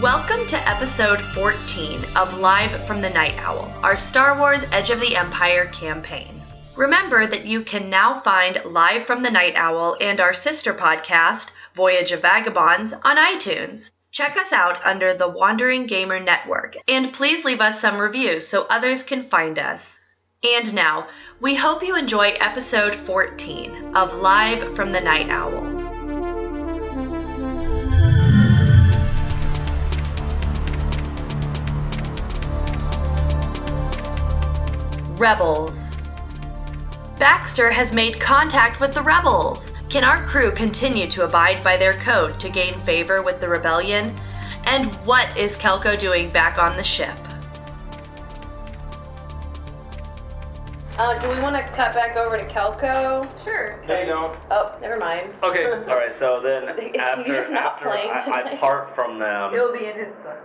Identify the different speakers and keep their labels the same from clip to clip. Speaker 1: Welcome to episode 14 of Live from the Night Owl, our Star Wars Edge of the Empire campaign. Remember that you can now find Live from the Night Owl and our sister podcast, Voyage of Vagabonds, on iTunes. Check us out under the Wandering Gamer Network, and please leave us some reviews so others can find us. And now, we hope you enjoy episode 14 of Live from the Night Owl. Rebels. Baxter has made contact with the rebels. Can our crew continue to abide by their code to gain favor with the rebellion? And what is Kelko doing back on the ship?
Speaker 2: Uh, do we want to cut back over to Kelco? Sure.
Speaker 3: No, you don't.
Speaker 2: Oh, never mind.
Speaker 3: Okay. All right. So then,
Speaker 2: He's
Speaker 3: after,
Speaker 2: just not
Speaker 3: after
Speaker 2: playing
Speaker 3: I, I
Speaker 2: tonight.
Speaker 3: part from them,
Speaker 4: It'll be in his book.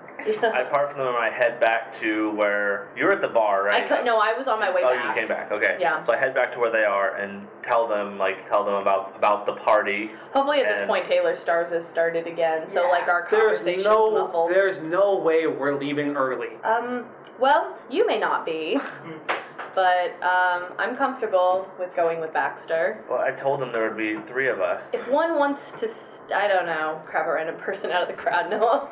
Speaker 3: I part from them. and I head back to where you're at the bar,
Speaker 2: I
Speaker 3: right?
Speaker 2: could No, I was on my way
Speaker 3: oh,
Speaker 2: back.
Speaker 3: you came back. Okay.
Speaker 2: Yeah.
Speaker 3: So I head back to where they are and tell them, like, tell them about about the party.
Speaker 2: Hopefully, at this
Speaker 3: And-
Speaker 2: point, Taylor Stars has started again, so
Speaker 4: Yeah.
Speaker 2: like our
Speaker 5: There's
Speaker 2: conversation's
Speaker 5: no,
Speaker 2: muffled.
Speaker 5: there's no way we're leaving early.
Speaker 2: Um, well, you may not be, but um, I'm comfortable with going with Baxter.
Speaker 3: Well, I told them there would be three of us.
Speaker 2: If one wants to, s I don't know, grab a random person out of the crowd, Noah.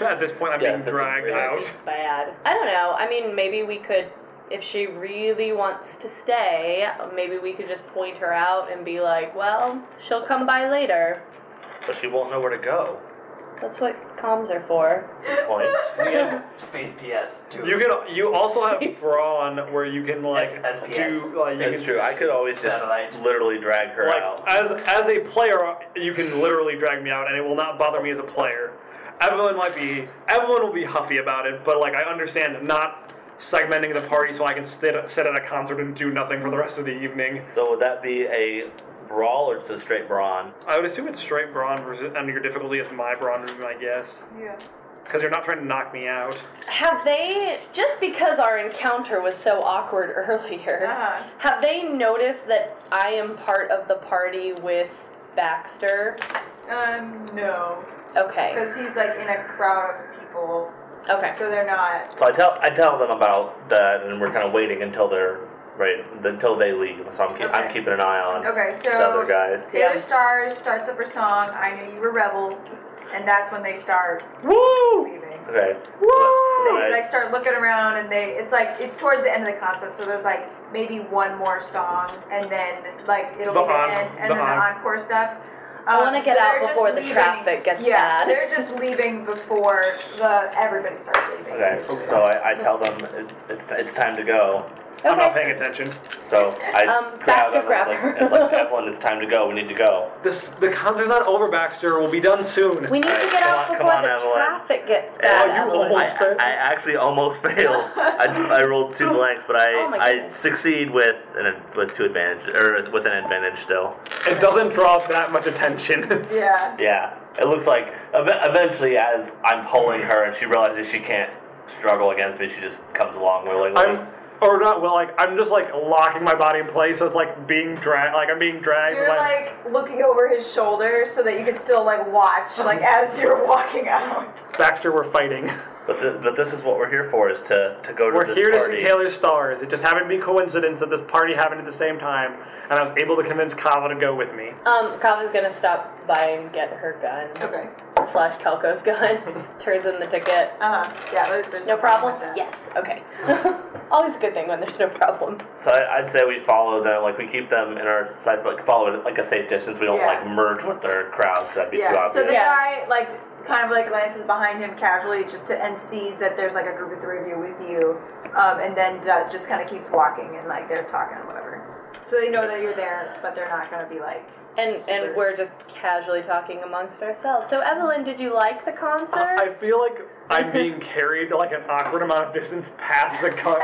Speaker 5: At this point, I'm
Speaker 3: Yeah,
Speaker 5: being
Speaker 3: that's
Speaker 5: dragged
Speaker 3: weird.
Speaker 5: out.
Speaker 2: bad. I don't know. I mean, maybe we could, if she really wants to stay, maybe we could just point her out and be like, well, she'll come by later.
Speaker 3: But she won't know where to go.
Speaker 2: That's what comms are for.
Speaker 3: Good point.
Speaker 5: Yeah.
Speaker 6: Space PS. Two.
Speaker 5: You can, you also have brawn where you can like
Speaker 6: S- SPS.
Speaker 5: do like you
Speaker 3: It's
Speaker 5: can-
Speaker 3: true. I could always just
Speaker 6: Satellite.
Speaker 3: literally drag her
Speaker 5: like
Speaker 3: out.
Speaker 5: as as a player, you can literally drag me out, and it will not bother me as a player. Evelyn might be Evelyn will be huffy about it, but like I understand not segmenting the party so I can sit sit at a concert and do nothing for the rest of the evening.
Speaker 3: So would that be a brawl or just a straight brawn?
Speaker 5: I would assume it's straight brawn, versus, and your difficulty is my brawn would be my guess.
Speaker 4: Yeah.
Speaker 5: Because you're not trying to knock me out.
Speaker 2: Have they, just because our encounter was so awkward earlier,
Speaker 4: Uh-huh.
Speaker 2: have they noticed that I am part of the party with Baxter?
Speaker 4: Um, no,
Speaker 2: Okay.
Speaker 4: because he's like in a crowd of people,
Speaker 2: Okay.
Speaker 4: so they're not.
Speaker 3: So I tell I tell them about that, and we're kind of waiting until they're right until they leave. So I'm keep, I'm
Speaker 4: Okay.
Speaker 3: keeping an eye on
Speaker 4: Okay,
Speaker 3: the other
Speaker 4: so
Speaker 3: guys.
Speaker 4: Taylor
Speaker 2: Yeah.
Speaker 4: Stars starts up her song. I knew you were rebel, and that's when they start
Speaker 5: Woo!
Speaker 4: leaving.
Speaker 3: Okay.
Speaker 4: They
Speaker 3: Right.
Speaker 4: like start looking around, and they it's like it's towards the end of the concert, so there's like maybe one more song, and then like it'll
Speaker 5: The
Speaker 4: be the
Speaker 5: en-
Speaker 4: end, and
Speaker 5: the
Speaker 4: then
Speaker 5: en-
Speaker 4: the encore stuff.
Speaker 2: I wanna
Speaker 4: Um,
Speaker 2: get
Speaker 4: so
Speaker 2: out
Speaker 4: they're just
Speaker 2: before the
Speaker 4: leaving-
Speaker 2: traffic gets
Speaker 4: yeah,
Speaker 2: bad.
Speaker 4: so they're just leaving before the everybody starts leaving.
Speaker 3: Okay. So I, I tell them it, it's it's time to go.
Speaker 2: Okay.
Speaker 5: I'm not paying attention.
Speaker 3: So I
Speaker 2: Um,
Speaker 3: grab
Speaker 2: basket
Speaker 3: them.
Speaker 2: grabber.
Speaker 3: Like, it's like Evelyn, it's time to go. We need to go.
Speaker 5: This the concert's not over, Baxter. We'll be done soon.
Speaker 2: we need
Speaker 3: All
Speaker 2: to
Speaker 3: right,
Speaker 2: get
Speaker 3: come
Speaker 2: out
Speaker 3: on- come
Speaker 2: before
Speaker 3: on,
Speaker 2: the
Speaker 3: Evelyn.
Speaker 2: traffic gets
Speaker 5: Oh,
Speaker 2: bad.
Speaker 5: you
Speaker 2: Evelyn.
Speaker 5: almost-
Speaker 3: I, I actually almost failed. I, I rolled two blanks, but I,
Speaker 2: Oh my
Speaker 3: I
Speaker 2: goodness.
Speaker 3: succeed with an with two advantage or with an advantage still.
Speaker 5: It doesn't draw that much attention.
Speaker 4: Yeah.
Speaker 3: Yeah, it looks like ev- eventually, as I'm pulling her and she realizes she can't struggle against me, she just comes along willingly.
Speaker 5: I'm or not well, like I'm just like locking my body in place, so it's like being dragged like I'm being dragged.
Speaker 4: You're like looking over his shoulder so that you can still like watch like as you're walking out.
Speaker 5: Baxter, we're fighting.
Speaker 3: But, th- but this is what we're here for: is to, to go to
Speaker 5: We're
Speaker 3: this
Speaker 5: here
Speaker 3: party.
Speaker 5: to see Taylor Stars. It just happened to be coincidence that this party happened at the same time, and I was able to convince Kava to go with me.
Speaker 2: Um, Kava's gonna stop by and get her gun.
Speaker 4: Okay.
Speaker 2: Slash Kelko's gun. Turns in the ticket.
Speaker 4: Uh huh. Yeah. There's, there's
Speaker 2: No problem?
Speaker 4: with that.
Speaker 2: Yes. Okay. Always a good thing when there's no problem.
Speaker 3: So I, I'd say we follow them, like we keep them in our sights, but follow it like a safe distance. We don't
Speaker 4: Yeah.
Speaker 3: like merge with their crowd. 'cause That'd be too
Speaker 4: Yeah.
Speaker 3: obvious.
Speaker 4: So the
Speaker 2: Yeah.
Speaker 4: guy like kind of like glances behind him casually just to, and sees that there's like a group of three of you with you, um, and then uh, just kind of keeps walking and like they're talking or whatever. So they know that you're there, but they're not gonna be like.
Speaker 2: And and
Speaker 4: Super.
Speaker 2: we're just casually talking amongst ourselves. So Evelyn, did you like the concert?
Speaker 5: I feel like I'm being carried like an awkward amount of distance past the cut,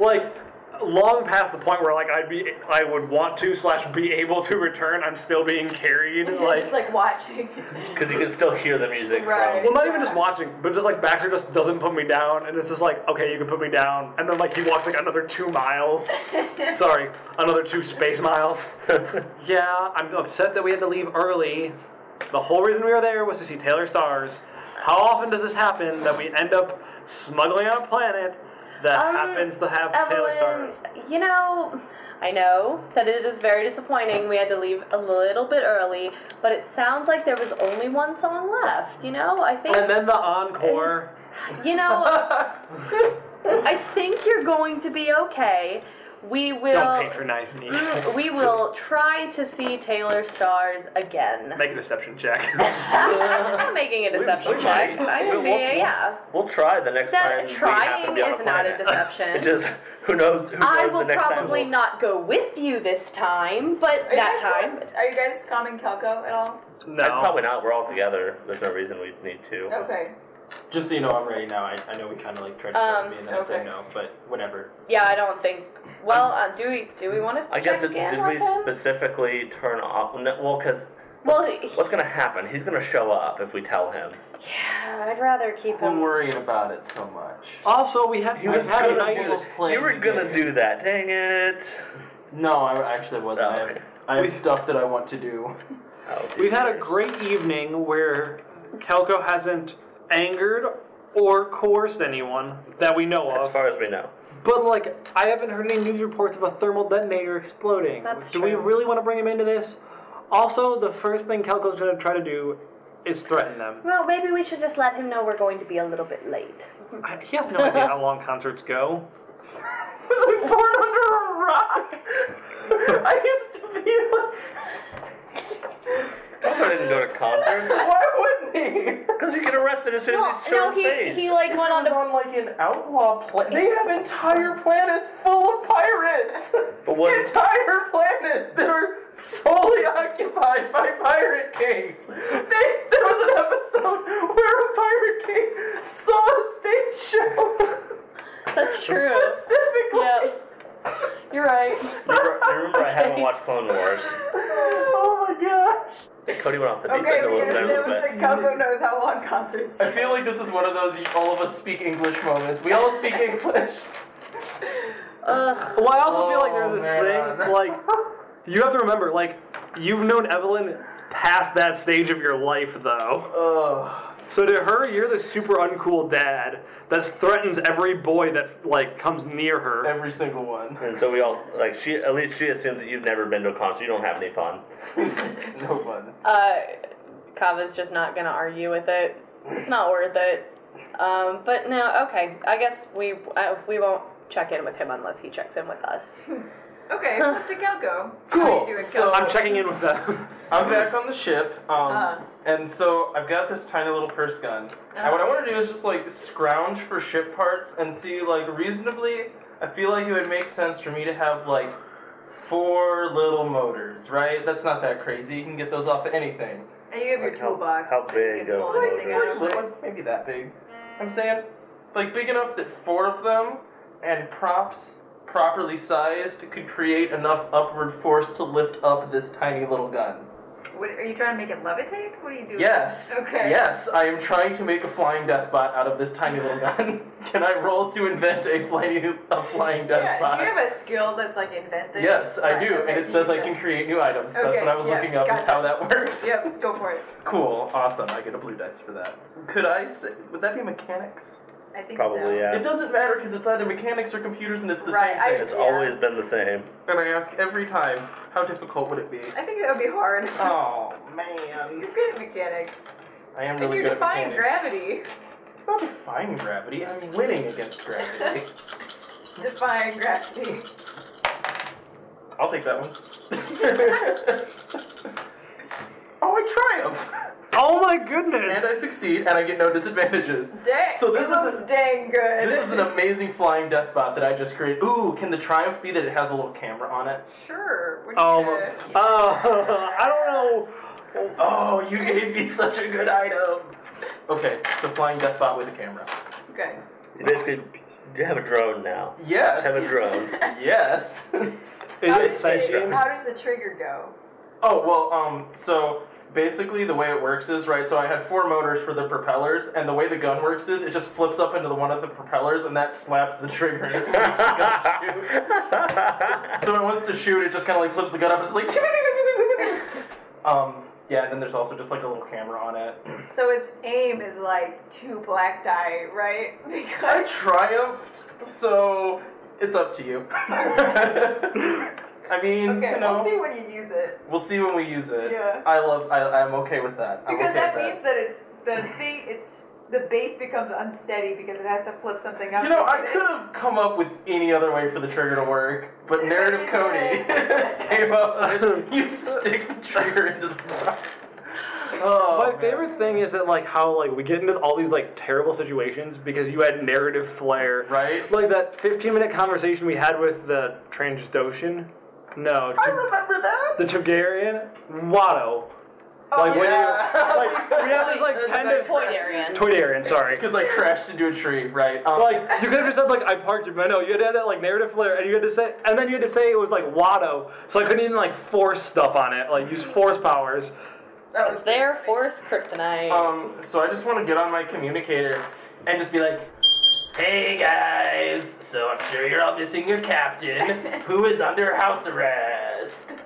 Speaker 5: like long past the point where like I'd be I would want to slash be able to return. I'm still being carried like.
Speaker 4: just like watching.
Speaker 3: Because you can still hear the music
Speaker 4: Right.
Speaker 5: Well,
Speaker 3: from.
Speaker 5: not even just watching, but just like Baxter just doesn't put me down, and it's just like, okay, you can put me down, and then like he walks like another two miles. Sorry, another two space miles. yeah, I'm upset that we had to leave early. The whole reason we were there was to see Taylor Stars, How often does this happen that we end up smuggling on a planet that
Speaker 2: Um,
Speaker 5: happens to have Taylor
Speaker 2: Evelyn,
Speaker 5: Star?
Speaker 2: you know, I know that it is very disappointing. We had to leave a little bit early, but it sounds like there was only one song left. You know, I think
Speaker 5: And then the encore.
Speaker 2: you know. I think you're going to be okay. We
Speaker 5: Don't
Speaker 2: will.
Speaker 5: patronize me.
Speaker 2: Mm, we will try to see Taylor Stars again.
Speaker 5: Make a deception check.
Speaker 2: I'm not making a deception
Speaker 3: we
Speaker 2: check.
Speaker 3: might.
Speaker 2: I
Speaker 3: We-
Speaker 2: would be,
Speaker 3: we'll-
Speaker 2: yeah.
Speaker 3: We'll try the next time.
Speaker 2: That
Speaker 3: we happen to
Speaker 2: trying
Speaker 3: be on
Speaker 2: is not a
Speaker 3: planet. It
Speaker 2: deception.
Speaker 3: just who knows who
Speaker 2: I
Speaker 3: knows
Speaker 2: will
Speaker 3: the next time
Speaker 2: probably
Speaker 3: we'll-
Speaker 2: not go with you this time, but
Speaker 4: you
Speaker 2: that
Speaker 4: guys
Speaker 2: time.
Speaker 4: still- Are you guys calming Kelko at all?
Speaker 5: no.
Speaker 3: I'd Probably not. We're all together. There's no reason we need to.
Speaker 4: Okay.
Speaker 7: Just so you know, I'm ready now. I, I know we kind of like tried to start
Speaker 2: Um,
Speaker 7: me and then I said
Speaker 4: okay.
Speaker 7: no, but whatever.
Speaker 2: Yeah, I don't think. Well, uh, do we do we want to?
Speaker 3: I guess
Speaker 2: check
Speaker 3: did,
Speaker 2: in
Speaker 3: did
Speaker 2: with
Speaker 3: we
Speaker 2: him?
Speaker 3: specifically turn off? no, Well, because
Speaker 2: well, he-
Speaker 3: what's gonna happen? He's gonna show up if we tell him.
Speaker 2: yeah, I'd rather keep him.
Speaker 7: worrying about it so much.
Speaker 5: Also, we have
Speaker 3: He was
Speaker 7: I've had
Speaker 3: gonna
Speaker 7: nice
Speaker 3: do-
Speaker 7: play
Speaker 3: You were gonna
Speaker 7: together.
Speaker 3: do that. Dang it!
Speaker 7: No, I actually wasn't. I have, I have stuff that I want to do.
Speaker 3: Oh,
Speaker 5: We've had a
Speaker 3: dear.
Speaker 5: great evening where Kelko hasn't angered or coerced anyone that we know
Speaker 3: As
Speaker 5: of.
Speaker 3: far as we know,
Speaker 5: But like, I haven't heard any news reports of a thermal detonator exploding.
Speaker 2: That's
Speaker 5: do we
Speaker 2: true.
Speaker 5: really want to bring him into this? Also, the first thing Kelko's going to try to do is threaten them.
Speaker 2: Well, maybe we should just let him know we're going to be a little bit late.
Speaker 5: I- He has no idea how long concerts go.
Speaker 7: was like born under a rock. I used to be like,
Speaker 3: Coco didn't go to concert
Speaker 7: why wouldn't he?
Speaker 3: because you get arrested as soon
Speaker 2: No,
Speaker 3: as you show
Speaker 2: Oh, no,
Speaker 3: his
Speaker 2: he
Speaker 3: face.
Speaker 2: he like went on
Speaker 7: He's
Speaker 2: to.
Speaker 7: on like an outlaw planet. They have entire planets full of pirates.
Speaker 3: But what-
Speaker 7: Entire planets that are solely occupied by pirate kings. They, there was an episode where a pirate king saw a stage show.
Speaker 2: That's true.
Speaker 7: Specifically.
Speaker 2: Yep. You're right.
Speaker 3: You re- you remember I haven't watched Clone Wars.
Speaker 7: Oh my gosh.
Speaker 3: Cody went off the deep
Speaker 4: Okay,
Speaker 3: end a
Speaker 4: we
Speaker 3: little
Speaker 4: can
Speaker 3: bit. a
Speaker 4: establish
Speaker 3: little
Speaker 4: that
Speaker 3: bit.
Speaker 4: Kelko knows how long concerts
Speaker 7: I feel like this is one of those all of us speak English moments. We all speak English.
Speaker 2: Ugh.
Speaker 5: Well, I also feel like
Speaker 7: Oh,
Speaker 5: there's this
Speaker 7: man.
Speaker 5: thing like you have to remember like you've known Evelyn past that stage of your life though.
Speaker 7: Oh.
Speaker 5: So to her, you're the super uncool dad that threatens every boy that like comes near her.
Speaker 7: Every single one.
Speaker 3: And so we all like she. At least she assumes that you've never been to a concert. You don't have any fun.
Speaker 7: no fun.
Speaker 2: Uh, Kava's just not gonna argue with it. It's not worth it. Um, but no, okay. I guess we uh, we won't check in with him unless he checks in with us.
Speaker 4: Okay, flip to Kelko.
Speaker 7: Cool,
Speaker 4: How you doing,
Speaker 7: so-
Speaker 4: Kelko?
Speaker 5: I'm checking in with them.
Speaker 7: I'm back on the ship, um,
Speaker 4: Uh.
Speaker 7: and so I've got this tiny little purse gun. And what I want to do is just like scrounge for ship parts and see like reasonably. I feel like it would make sense for me to have like four little motors, right? That's not that crazy. You can get those off of anything.
Speaker 4: And you have your
Speaker 3: Like how-
Speaker 4: toolbox.
Speaker 3: how
Speaker 4: so you
Speaker 3: big
Speaker 4: can
Speaker 3: of
Speaker 4: pull
Speaker 3: a
Speaker 4: anything
Speaker 3: motor?
Speaker 4: out.
Speaker 7: Like, like, maybe that big. I'm saying, like big enough that four of them and props properly sized could create enough upward force to lift up this tiny little gun.
Speaker 4: What, are you trying to make it levitate? What are you doing?
Speaker 7: Yes.
Speaker 4: Okay.
Speaker 7: Yes, I am trying to make a flying death bot out of this tiny little gun. Can I roll to invent a flying a flying death
Speaker 4: Yeah,
Speaker 7: bot?
Speaker 4: do you have a skill that's like invented?
Speaker 7: yes, I
Speaker 4: Right,
Speaker 7: do,
Speaker 4: okay,
Speaker 7: and it
Speaker 4: you
Speaker 7: says I
Speaker 4: said-
Speaker 7: can create new items. That's
Speaker 4: Okay,
Speaker 7: what I was
Speaker 4: yeah,
Speaker 7: looking up. Is
Speaker 4: gotcha.
Speaker 7: how that works.
Speaker 4: Yep, go for it.
Speaker 7: Cool. Awesome. I get a blue dice for that. Could I? Say, would that be mechanics?
Speaker 4: I think so.
Speaker 3: Probably yeah.
Speaker 7: It doesn't matter because it's either mechanics or computers, and it's the
Speaker 4: Right, I-
Speaker 7: same thing.
Speaker 3: It's
Speaker 4: yeah.
Speaker 3: always been the same.
Speaker 7: And I ask every time, how difficult would it be?
Speaker 4: I think that would be hard.
Speaker 7: Oh man,
Speaker 4: You're good at mechanics.
Speaker 7: I am
Speaker 4: And
Speaker 7: really
Speaker 4: you're
Speaker 7: good at
Speaker 4: defying
Speaker 7: mechanics.
Speaker 4: gravity.
Speaker 7: I'm not defying gravity. I'm winning against gravity.
Speaker 4: Defying gravity.
Speaker 7: I'll take that one. oh, I triumph!
Speaker 5: Oh my
Speaker 7: And
Speaker 5: goodness!
Speaker 7: I succeed, and I get no disadvantages.
Speaker 4: Dang.
Speaker 7: So this
Speaker 4: it
Speaker 7: is a-
Speaker 4: looks dang good.
Speaker 7: This is an amazing flying death bot that I just created. Ooh, can the triumph be that it has a little camera on it?
Speaker 4: Sure. What
Speaker 7: Um,
Speaker 5: Oh,
Speaker 4: you-
Speaker 5: my- oh, I don't know.
Speaker 7: Oh, you gave me such a good item. Okay, so flying death bot with a camera.
Speaker 4: Okay.
Speaker 3: You basically you have a drone now. Have a
Speaker 7: Yes.
Speaker 3: drone.
Speaker 7: Yes.
Speaker 5: Is it
Speaker 4: How does the-
Speaker 5: sentient?
Speaker 4: How does the trigger go?
Speaker 7: Oh well, um, so basically the way it works is right. So I had four motors for the propellers, and the way the gun works is it just flips up into the one of the propellers, and that slaps the trigger, and it makes the gun shoot. So when it wants to shoot, it just kind of like flips the gun up, and it's like. um, Yeah, and then there's also just like a little camera on it.
Speaker 4: So its aim is like two black die, right?
Speaker 7: I
Speaker 4: Because
Speaker 7: triumphed, so it's up to you. I mean,
Speaker 4: okay,
Speaker 7: you know,
Speaker 4: we'll see when you use it.
Speaker 7: we'll see when we use it.
Speaker 4: Yeah.
Speaker 7: I love. I, I'm okay with that. I'm
Speaker 4: Because
Speaker 7: okay
Speaker 4: that
Speaker 7: with
Speaker 4: means that it's the thing. It's the base becomes unsteady because it has to flip something up.
Speaker 7: You know,
Speaker 4: to
Speaker 7: I
Speaker 4: get it.
Speaker 7: could have come up with any other way for the trigger to work, but narrative Cody came up with you stick the trigger into the top. Oh,
Speaker 5: My
Speaker 7: man.
Speaker 5: favorite thing is that like how like we get into all these like terrible situations because you had narrative flair.
Speaker 7: Right?
Speaker 5: Like that 15 minute conversation we had with the Transdoshan. No,
Speaker 7: I
Speaker 5: Tu-
Speaker 7: remember that.
Speaker 5: the Targaryen Watto. like when
Speaker 7: yeah.
Speaker 5: you like we have this like
Speaker 7: Like,
Speaker 5: kind of
Speaker 2: Toy Darian.
Speaker 5: Toydarian, sorry.
Speaker 7: Because I crashed into a tree, right? Um,
Speaker 5: Like you could have just said like I parked your no, you had to have that like narrative flair and you had to say and then you had to say it was like Watto, so I couldn't even like force stuff on it, like use force powers.
Speaker 4: That
Speaker 2: It's their force kryptonite.
Speaker 7: Um, so I just want to get on my communicator and just be like, Hey guys! So I'm sure you're all missing your captain, who is under house arrest.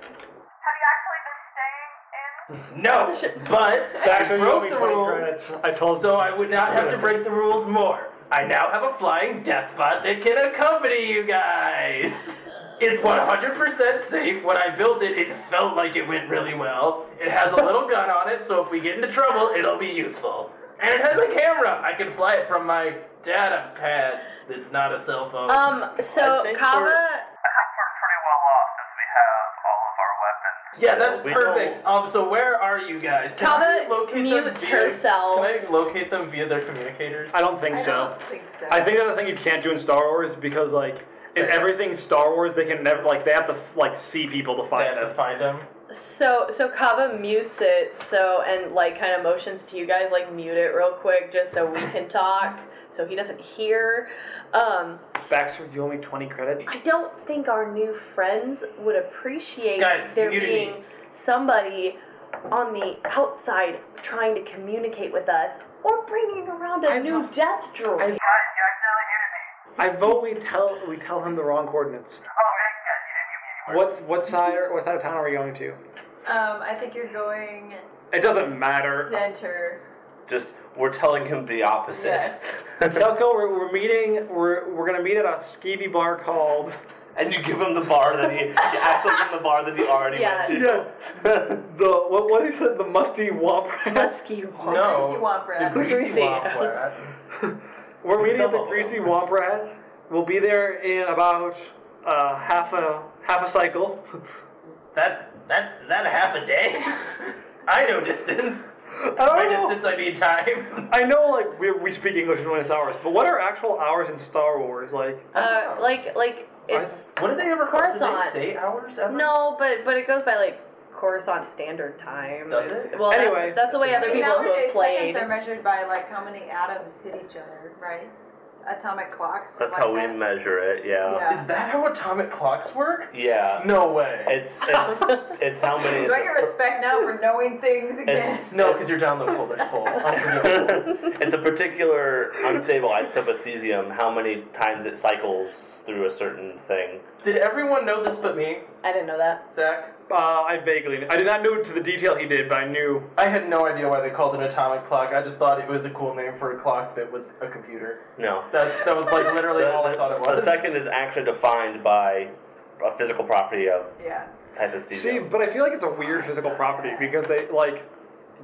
Speaker 7: No, but I
Speaker 5: Actually,
Speaker 7: broke the
Speaker 5: 20
Speaker 7: rules,
Speaker 5: credits. I told
Speaker 7: so I would not have to break the rules more. I now have a flying death bot that can accompany you guys. It's 100% safe. When I built it, it felt like it went really well. It has a little gun on it, so if we get into trouble, it'll be useful. And it has a camera. I can fly it from my data pad. It's not a cell phone.
Speaker 3: Oh.
Speaker 2: Um, so
Speaker 7: I think
Speaker 2: Kava,
Speaker 7: we're-
Speaker 8: We're pretty well off since we have all of our weapons.
Speaker 7: yeah, that's
Speaker 3: we
Speaker 7: perfect. Um, so where are you guys? Can I
Speaker 2: Kava
Speaker 7: locate them
Speaker 2: mutes
Speaker 7: via-
Speaker 2: herself.
Speaker 7: Can I locate them via their communicators?
Speaker 5: I don't think
Speaker 4: I
Speaker 5: so.
Speaker 4: don't think so.
Speaker 5: I think that's the thing you can't do in Star Wars because like in
Speaker 7: Right.
Speaker 5: everything Star Wars they can never like they have to like see people to
Speaker 7: I
Speaker 5: find
Speaker 7: have to
Speaker 5: them.
Speaker 7: find them.
Speaker 2: so so Kava mutes it, so and like kind of motions to you guys like mute it real quick just so we can talk, so he doesn't hear. Um,
Speaker 5: Baxter, do you owe me twenty credit?
Speaker 2: I don't think our new friends would appreciate
Speaker 7: Guys,
Speaker 2: there
Speaker 7: mutiny.
Speaker 2: being somebody on the outside trying to communicate with us or bringing around a new death droid.
Speaker 8: Guys, you accidentally muted me.
Speaker 5: I vote we tell we tell him the wrong coordinates.
Speaker 8: Oh, hey, guys, you didn't mute me anymore.
Speaker 5: What what side what side of town are we going to?
Speaker 4: Um, I think you're going
Speaker 5: It doesn't
Speaker 3: uh,
Speaker 5: matter.
Speaker 4: center.
Speaker 3: Just we're telling him the opposite.
Speaker 4: Yes.
Speaker 5: Kelko, we're, we're meeting. We're we're gonna meet at a skeevy bar called.
Speaker 3: and you give him the bar that he, you actually give him the bar that he already
Speaker 2: Yes.
Speaker 3: went to.
Speaker 5: Yeah. the what what is it? The musty womp rat.
Speaker 2: Musky one.
Speaker 3: oh,
Speaker 7: No.
Speaker 4: Greasy Womp Rat.
Speaker 7: The greasy
Speaker 2: Greasy.
Speaker 7: womp rat.
Speaker 5: We're meeting at the
Speaker 7: Double.
Speaker 5: greasy womp rat. We'll be there in about uh, half a half a cycle.
Speaker 7: That's that's is that a half a day? I know distance. By
Speaker 5: I
Speaker 3: Oh!
Speaker 5: don't know.
Speaker 7: distance I mean time.
Speaker 5: I know, like we, we speak English in its hours, but what are actual hours in Star Wars? Like,
Speaker 2: Uh, like like it's
Speaker 7: what did they ever call it? Did
Speaker 2: Coruscant.
Speaker 7: they say hours ever?
Speaker 2: no, but but it goes by like Coruscant Standard Time.
Speaker 7: Does
Speaker 2: It's-
Speaker 7: it?
Speaker 2: Well,
Speaker 5: Anyway.
Speaker 2: that's, that's the way other
Speaker 4: See,
Speaker 2: people who have
Speaker 4: nowadays,
Speaker 2: played.
Speaker 4: seconds are measured by like how many atoms hit each other, right? Atomic clocks.
Speaker 3: That's
Speaker 4: like
Speaker 3: how we
Speaker 4: that.
Speaker 3: measure it. Yeah.
Speaker 4: Yeah.
Speaker 7: Is that how atomic clocks work?
Speaker 3: Yeah.
Speaker 7: No way.
Speaker 3: It's it, it's how many.
Speaker 4: Do I get respect now for knowing things again?
Speaker 3: It's
Speaker 7: No, because your download folder's full. Unforgivable.
Speaker 3: it's a particular unstable isotope of cesium. How many times it cycles through a certain thing?
Speaker 7: Did everyone know this but me,
Speaker 2: I didn't know that.
Speaker 7: Zach?
Speaker 5: uh, I vaguely, I did not know to the detail he did, but I knew.
Speaker 7: I had no idea why they called it an atomic clock. I just thought it was a cool name for a clock that was a computer.
Speaker 3: No.
Speaker 7: That, that was like literally all I thought it was.
Speaker 3: The second is actually defined by a physical property of
Speaker 4: Yeah.
Speaker 3: type of cesium.
Speaker 5: See, but I feel like it's a weird physical property because they like,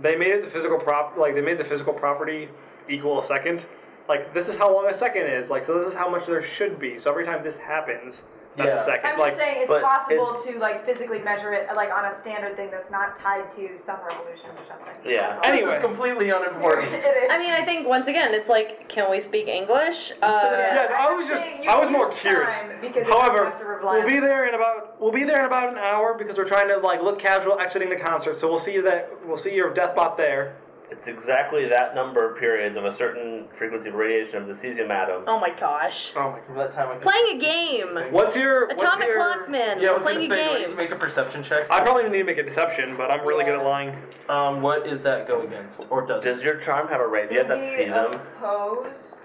Speaker 5: they made it the physical prop, like they made the physical property equal a second. Like this is how long a second is. Like so, this is how much there should be. So every time this happens, that's
Speaker 7: Yeah.
Speaker 5: a second.
Speaker 4: I'm
Speaker 5: like
Speaker 4: just saying it's
Speaker 3: but
Speaker 4: possible
Speaker 3: it's-
Speaker 4: to like physically measure it like on a standard thing that's not tied to some revolution or something.
Speaker 3: Yeah.
Speaker 4: That's all.
Speaker 5: Anyway.
Speaker 7: This is completely
Speaker 4: It
Speaker 7: unimportant.
Speaker 4: is.
Speaker 2: I mean, I think once again, it's like, can we speak English? Uh,
Speaker 5: Yeah, I
Speaker 4: I'm
Speaker 5: was just-
Speaker 4: saying you
Speaker 5: I was more
Speaker 4: use
Speaker 5: curious.
Speaker 4: time Because you have to
Speaker 5: However,
Speaker 4: rely
Speaker 5: we'll be
Speaker 4: on-
Speaker 5: there in about we'll be there in about an hour because we're trying to like look casual exiting the concert. So we'll see that we'll see your death bot there.
Speaker 3: It's exactly that number of periods of a certain frequency of radiation of the cesium atom.
Speaker 2: Oh my gosh.
Speaker 5: Oh my
Speaker 7: From that time I could-
Speaker 2: Playing a game.
Speaker 5: What's your what's
Speaker 2: Atomic
Speaker 5: your-
Speaker 2: Clock Man.
Speaker 7: Yeah, I
Speaker 2: We're
Speaker 7: was
Speaker 2: playing
Speaker 7: gonna say, do I
Speaker 2: a
Speaker 7: need
Speaker 2: game.
Speaker 7: to make a perception check?
Speaker 5: I probably need to make a deception, but I'm really good at
Speaker 4: Yeah.
Speaker 5: lying.
Speaker 7: Um, what is that go against, or does it?
Speaker 3: Does your charm have a rate? Do you have to
Speaker 4: Maybe um,
Speaker 3: see them?
Speaker 4: Opposed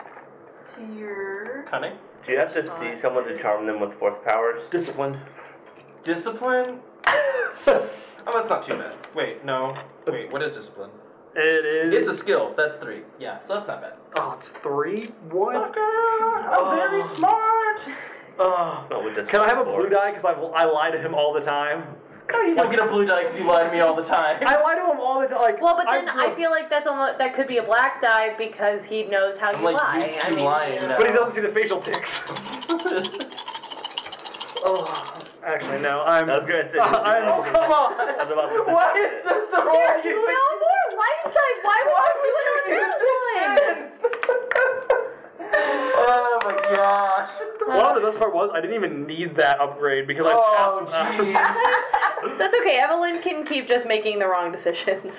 Speaker 4: to your.
Speaker 7: Cunning.
Speaker 3: Do you have to see someone to charm them with fourth powers?
Speaker 5: Discipline.
Speaker 7: Discipline. Oh, that's not too bad. Wait, no. Wait, what is discipline?
Speaker 5: It
Speaker 7: It's
Speaker 5: is.
Speaker 7: a skill. That's three. Yeah, so that's not bad.
Speaker 5: oh, it's three. What?
Speaker 7: Sucker!
Speaker 2: Oh,
Speaker 7: I'm very smart.
Speaker 5: Ugh.
Speaker 3: Not with this
Speaker 5: uh, Can I have a
Speaker 3: floor.
Speaker 5: blue die? Because I, I lie to him all the time.
Speaker 7: No, you don't get a blue die because you lie to me all the time.
Speaker 5: I lie to him all the time. Like,
Speaker 2: Well, but then
Speaker 5: grew
Speaker 2: I,
Speaker 5: up-
Speaker 2: feel like that's almost that could be a black die because he knows how
Speaker 7: I'm
Speaker 2: you
Speaker 7: like
Speaker 2: lie.
Speaker 7: used
Speaker 2: I
Speaker 7: to
Speaker 2: mean,
Speaker 7: lying
Speaker 2: you know.
Speaker 7: now.
Speaker 5: But he doesn't see the facial ticks. oh, actually, no. I'm.
Speaker 3: I was gonna say.
Speaker 5: I'm-
Speaker 7: oh come on!
Speaker 3: I was about to say.
Speaker 7: Why is this the wrong
Speaker 2: There's no more light side. Why would you do it on that one?
Speaker 7: Oh my gosh!
Speaker 5: Well, the best part was I didn't even need that upgrade because I.
Speaker 7: Oh
Speaker 5: passed-
Speaker 7: jeez!
Speaker 2: That's okay. Evelyn can keep just making the wrong decisions.
Speaker 3: It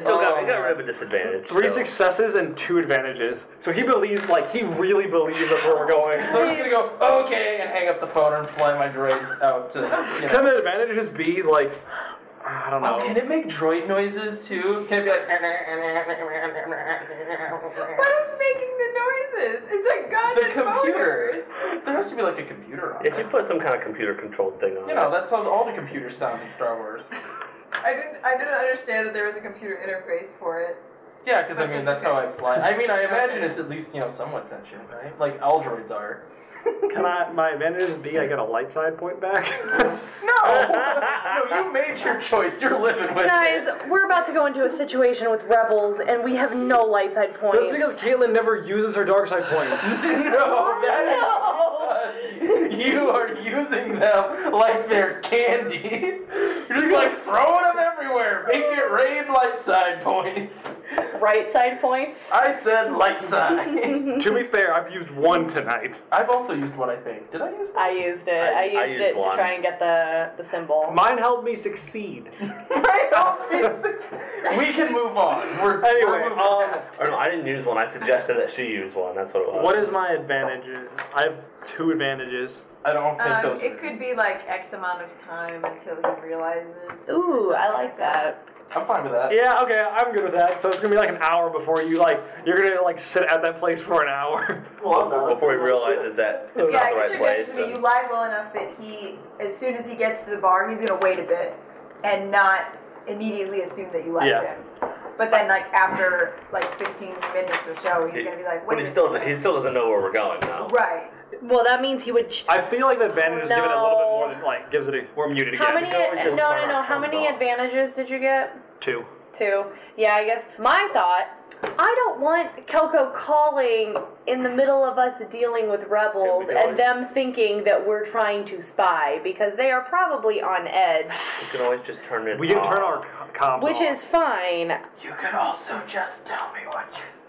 Speaker 3: still got,
Speaker 7: Oh,
Speaker 3: it got rid of
Speaker 7: man.
Speaker 3: a disadvantage.
Speaker 5: Three
Speaker 3: so.
Speaker 5: successes and two advantages. So he believes, like, he really believes that's where we're going.
Speaker 7: So I'm just gonna go okay and hang up the phone and fly my droid out to. You know.
Speaker 5: Can the advantages be, like, I don't know.
Speaker 7: Oh, can it make droid noises too? Can it be like?
Speaker 4: What is making the noises? It's a gun
Speaker 7: The
Speaker 4: and
Speaker 7: computer.
Speaker 4: motors.
Speaker 7: There has to be like a computer on.
Speaker 3: If you
Speaker 7: it.
Speaker 3: put some kind of computer controlled thing on
Speaker 7: You know, that's how all the computers sound in Star Wars.
Speaker 4: I didn't. I didn't understand that there was a computer interface for it.
Speaker 7: Yeah, because I mean that's how I fly. I mean I imagine it's at least you know somewhat sentient, right? Like all droids are.
Speaker 5: Can I? My advantages be I get a light side point back.
Speaker 7: No, no, you made your choice. You're living with
Speaker 2: Guys,
Speaker 7: it.
Speaker 2: we're about to go into a situation with rebels, and we have no light side points.
Speaker 5: That's because Caitlyn never uses her dark side points.
Speaker 7: No, that is you are using them like they're candy. You're just like throwing them everywhere. Make it rain light side points.
Speaker 2: right side points.
Speaker 7: I said light side.
Speaker 5: to be fair, I've used one tonight.
Speaker 7: I've also used one, I think. Did I use one?
Speaker 2: I used it. I,
Speaker 3: I- I
Speaker 2: used,
Speaker 3: used
Speaker 2: it to
Speaker 3: one.
Speaker 2: try and get the the symbol.
Speaker 5: Mine helped me succeed.
Speaker 7: I don't think six- we can move on. We're,
Speaker 5: Anyway,
Speaker 7: we're moving
Speaker 5: um,
Speaker 7: past.
Speaker 3: Or no, I didn't use one. I suggested that she use one. That's what it was.
Speaker 5: What is my advantages? I have two advantages.
Speaker 7: I don't think
Speaker 4: Um,
Speaker 7: those.
Speaker 4: it
Speaker 7: are-
Speaker 4: could be like X amount of time until he realizes. or
Speaker 2: Ooh, I
Speaker 4: something
Speaker 2: like that.
Speaker 7: I'm fine with that.
Speaker 5: Yeah, okay, I'm good with that. So it's gonna be like an hour before you like you're gonna like sit at that place for an hour.
Speaker 3: Before he realizes that it's not the
Speaker 4: Yeah, I guess
Speaker 3: right
Speaker 4: you're good.
Speaker 3: place.
Speaker 4: I mean, you
Speaker 3: and-
Speaker 4: lied well enough that he, as soon as he gets to the bar, he's gonna wait a bit and not immediately assume that you lied
Speaker 5: Yeah.
Speaker 4: to him. But then, like after like 15 minutes or so, he's gonna be like,
Speaker 3: But
Speaker 4: wait.
Speaker 3: he
Speaker 4: a
Speaker 3: still
Speaker 4: second.
Speaker 3: he still doesn't know where we're going though.
Speaker 4: Right.
Speaker 2: Well, that means he would. Ch-
Speaker 5: I feel like the advantages give it a little bit
Speaker 2: No.
Speaker 5: more than like gives it a we're muted
Speaker 2: how
Speaker 5: again.
Speaker 2: many?
Speaker 3: go into
Speaker 2: No, no, no.
Speaker 3: Clara
Speaker 2: How many
Speaker 3: Console.
Speaker 2: advantages did you get?
Speaker 5: Two.
Speaker 2: Two. Yeah, I guess my thought. I don't want Kelko calling in the middle of us dealing with rebels
Speaker 3: Yeah, we can
Speaker 2: and them thinking that we're trying to spy because they are probably on edge,
Speaker 3: You can always just turn it.
Speaker 5: We can
Speaker 3: off.
Speaker 5: turn our co- comms.
Speaker 2: which
Speaker 5: off.
Speaker 2: is fine.
Speaker 7: You can also just tell me what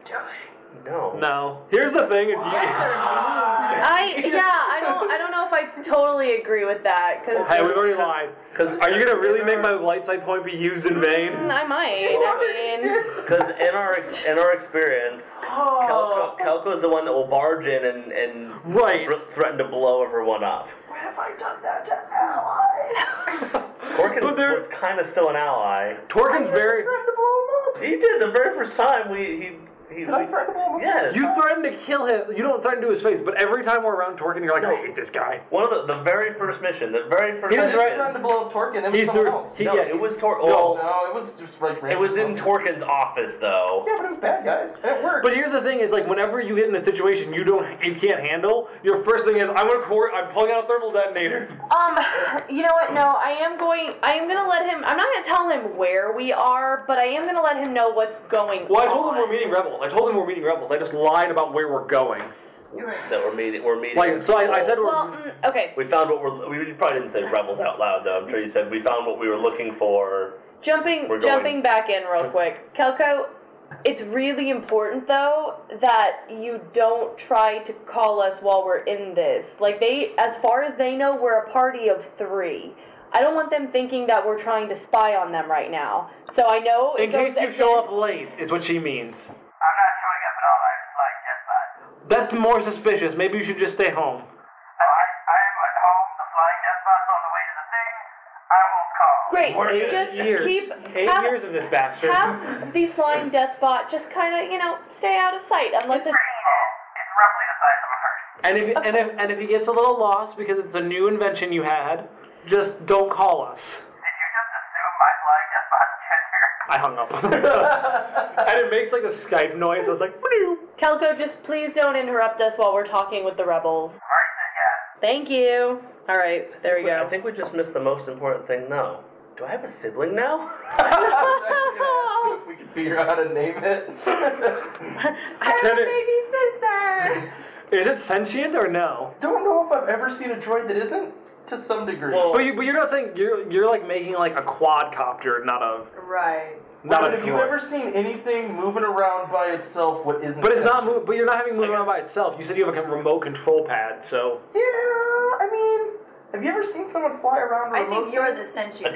Speaker 7: you're doing.
Speaker 3: no.
Speaker 5: no. Here's the thing: is you,
Speaker 4: Oh,
Speaker 2: I yeah, I don't I don't know if I totally agree with that because
Speaker 5: hey, we've already lied. Because are you gonna really make my light side point be used in vain?
Speaker 2: I might. I mean,
Speaker 3: Because in our ex- in our experience,
Speaker 4: Oh.
Speaker 3: Kelko, Kelko is the one that will barge in and and
Speaker 5: Right.
Speaker 3: thr- threaten to blow everyone up.
Speaker 7: What have I done that to allies?
Speaker 3: Corkin
Speaker 5: But there-
Speaker 3: was kind of still an ally.
Speaker 5: Torkin's very.
Speaker 3: He did the very first time we he he.
Speaker 7: Did I threaten him?
Speaker 3: Yes.
Speaker 5: You threaten to kill him. You don't threaten to his face, but every time we're around Torkin, you're like, I hate this guy.
Speaker 3: One of the, the very first mission, the very first.
Speaker 5: He didn't
Speaker 7: I
Speaker 3: mission-
Speaker 7: threatened him to blow up Torque and then
Speaker 5: He's
Speaker 7: someone
Speaker 5: through-
Speaker 7: else.
Speaker 5: he-
Speaker 3: No,
Speaker 5: yeah,
Speaker 3: it was Tor.
Speaker 7: no,
Speaker 3: well,
Speaker 7: no, it was just like
Speaker 3: it
Speaker 7: random.
Speaker 3: was in Torkin's office though.
Speaker 7: Yeah, but it was bad guys. And it worked.
Speaker 5: But here's the thing: is like whenever you get in a situation you don't, you can't handle. Your first thing is, I'm gonna, cor- I'm pulling out a thermal detonator.
Speaker 2: um, you know what? No, I am going. I am gonna let him. I'm not gonna tell him where we are, but I am gonna let him know what's going.
Speaker 5: Well, I told
Speaker 2: on.
Speaker 5: him we're meeting rebels. I told him we're meeting rebels. I just lied about where we're going.
Speaker 3: That we're meeting. We're meeting.
Speaker 5: Like, so I, I said we're.
Speaker 2: Well, mm, okay.
Speaker 3: We found what we're. We probably didn't say rebels out loud though. I'm sure you said we found what we were looking for.
Speaker 2: Jumping
Speaker 3: We're going-
Speaker 2: jumping back in real quick. Kelko, it's really important though that you don't try to call us while we're in this. Like they as far as they know, we're a party of 3. I don't want them thinking that we're trying to spy on them right now. So I know it
Speaker 5: in case
Speaker 2: goes
Speaker 5: you show
Speaker 2: against-
Speaker 5: up late, is what she means.
Speaker 8: I'm not showing up at all. I like just left.
Speaker 5: That's more suspicious. Maybe you should just stay home.
Speaker 8: So I, I'm at home. The
Speaker 2: Great.
Speaker 8: flying death bus on the way to the thing. I will call.
Speaker 5: Eight
Speaker 2: just
Speaker 5: years.
Speaker 2: keep
Speaker 5: Eight
Speaker 2: have,
Speaker 5: years of this bastard.
Speaker 2: have the flying death bot just kind of, you know, stay out of sight unless it's
Speaker 8: Small. It's roughly the size of a hearse.
Speaker 5: And if and if and if he gets a little lost because it's a new invention you had, just don't call us.
Speaker 8: Did you just
Speaker 5: I hung up. and it makes like the Skype noise. I was like, "Bloop."
Speaker 2: Kelko, just please don't interrupt us while we're talking with the rebels.
Speaker 8: Alright then, yeah.
Speaker 2: Thank you. All right, there we
Speaker 3: I
Speaker 2: go.
Speaker 3: think we just missed the most important thing, though. Do I have a sibling now?
Speaker 7: I was actually gonna ask you if we could figure out how to name it.
Speaker 5: Then it-
Speaker 4: Baby sister.
Speaker 5: is it sentient or no?
Speaker 7: Don't know if I've ever seen a droid that isn't to some degree.
Speaker 3: Well,
Speaker 5: But, you, but you're not saying you're you're like making like a quadcopter, not a
Speaker 4: Right.
Speaker 5: not
Speaker 7: but
Speaker 5: a
Speaker 7: have you
Speaker 5: droid.
Speaker 7: ever seen anything moving around by itself? What isn't?
Speaker 5: But it's not
Speaker 7: sentient?
Speaker 5: move, but you're not having it move around by itself. You said you have a remote control pad, so
Speaker 7: Yeah, I mean, have you ever seen someone fly around?
Speaker 4: I
Speaker 7: remote?
Speaker 4: think you're the sentient.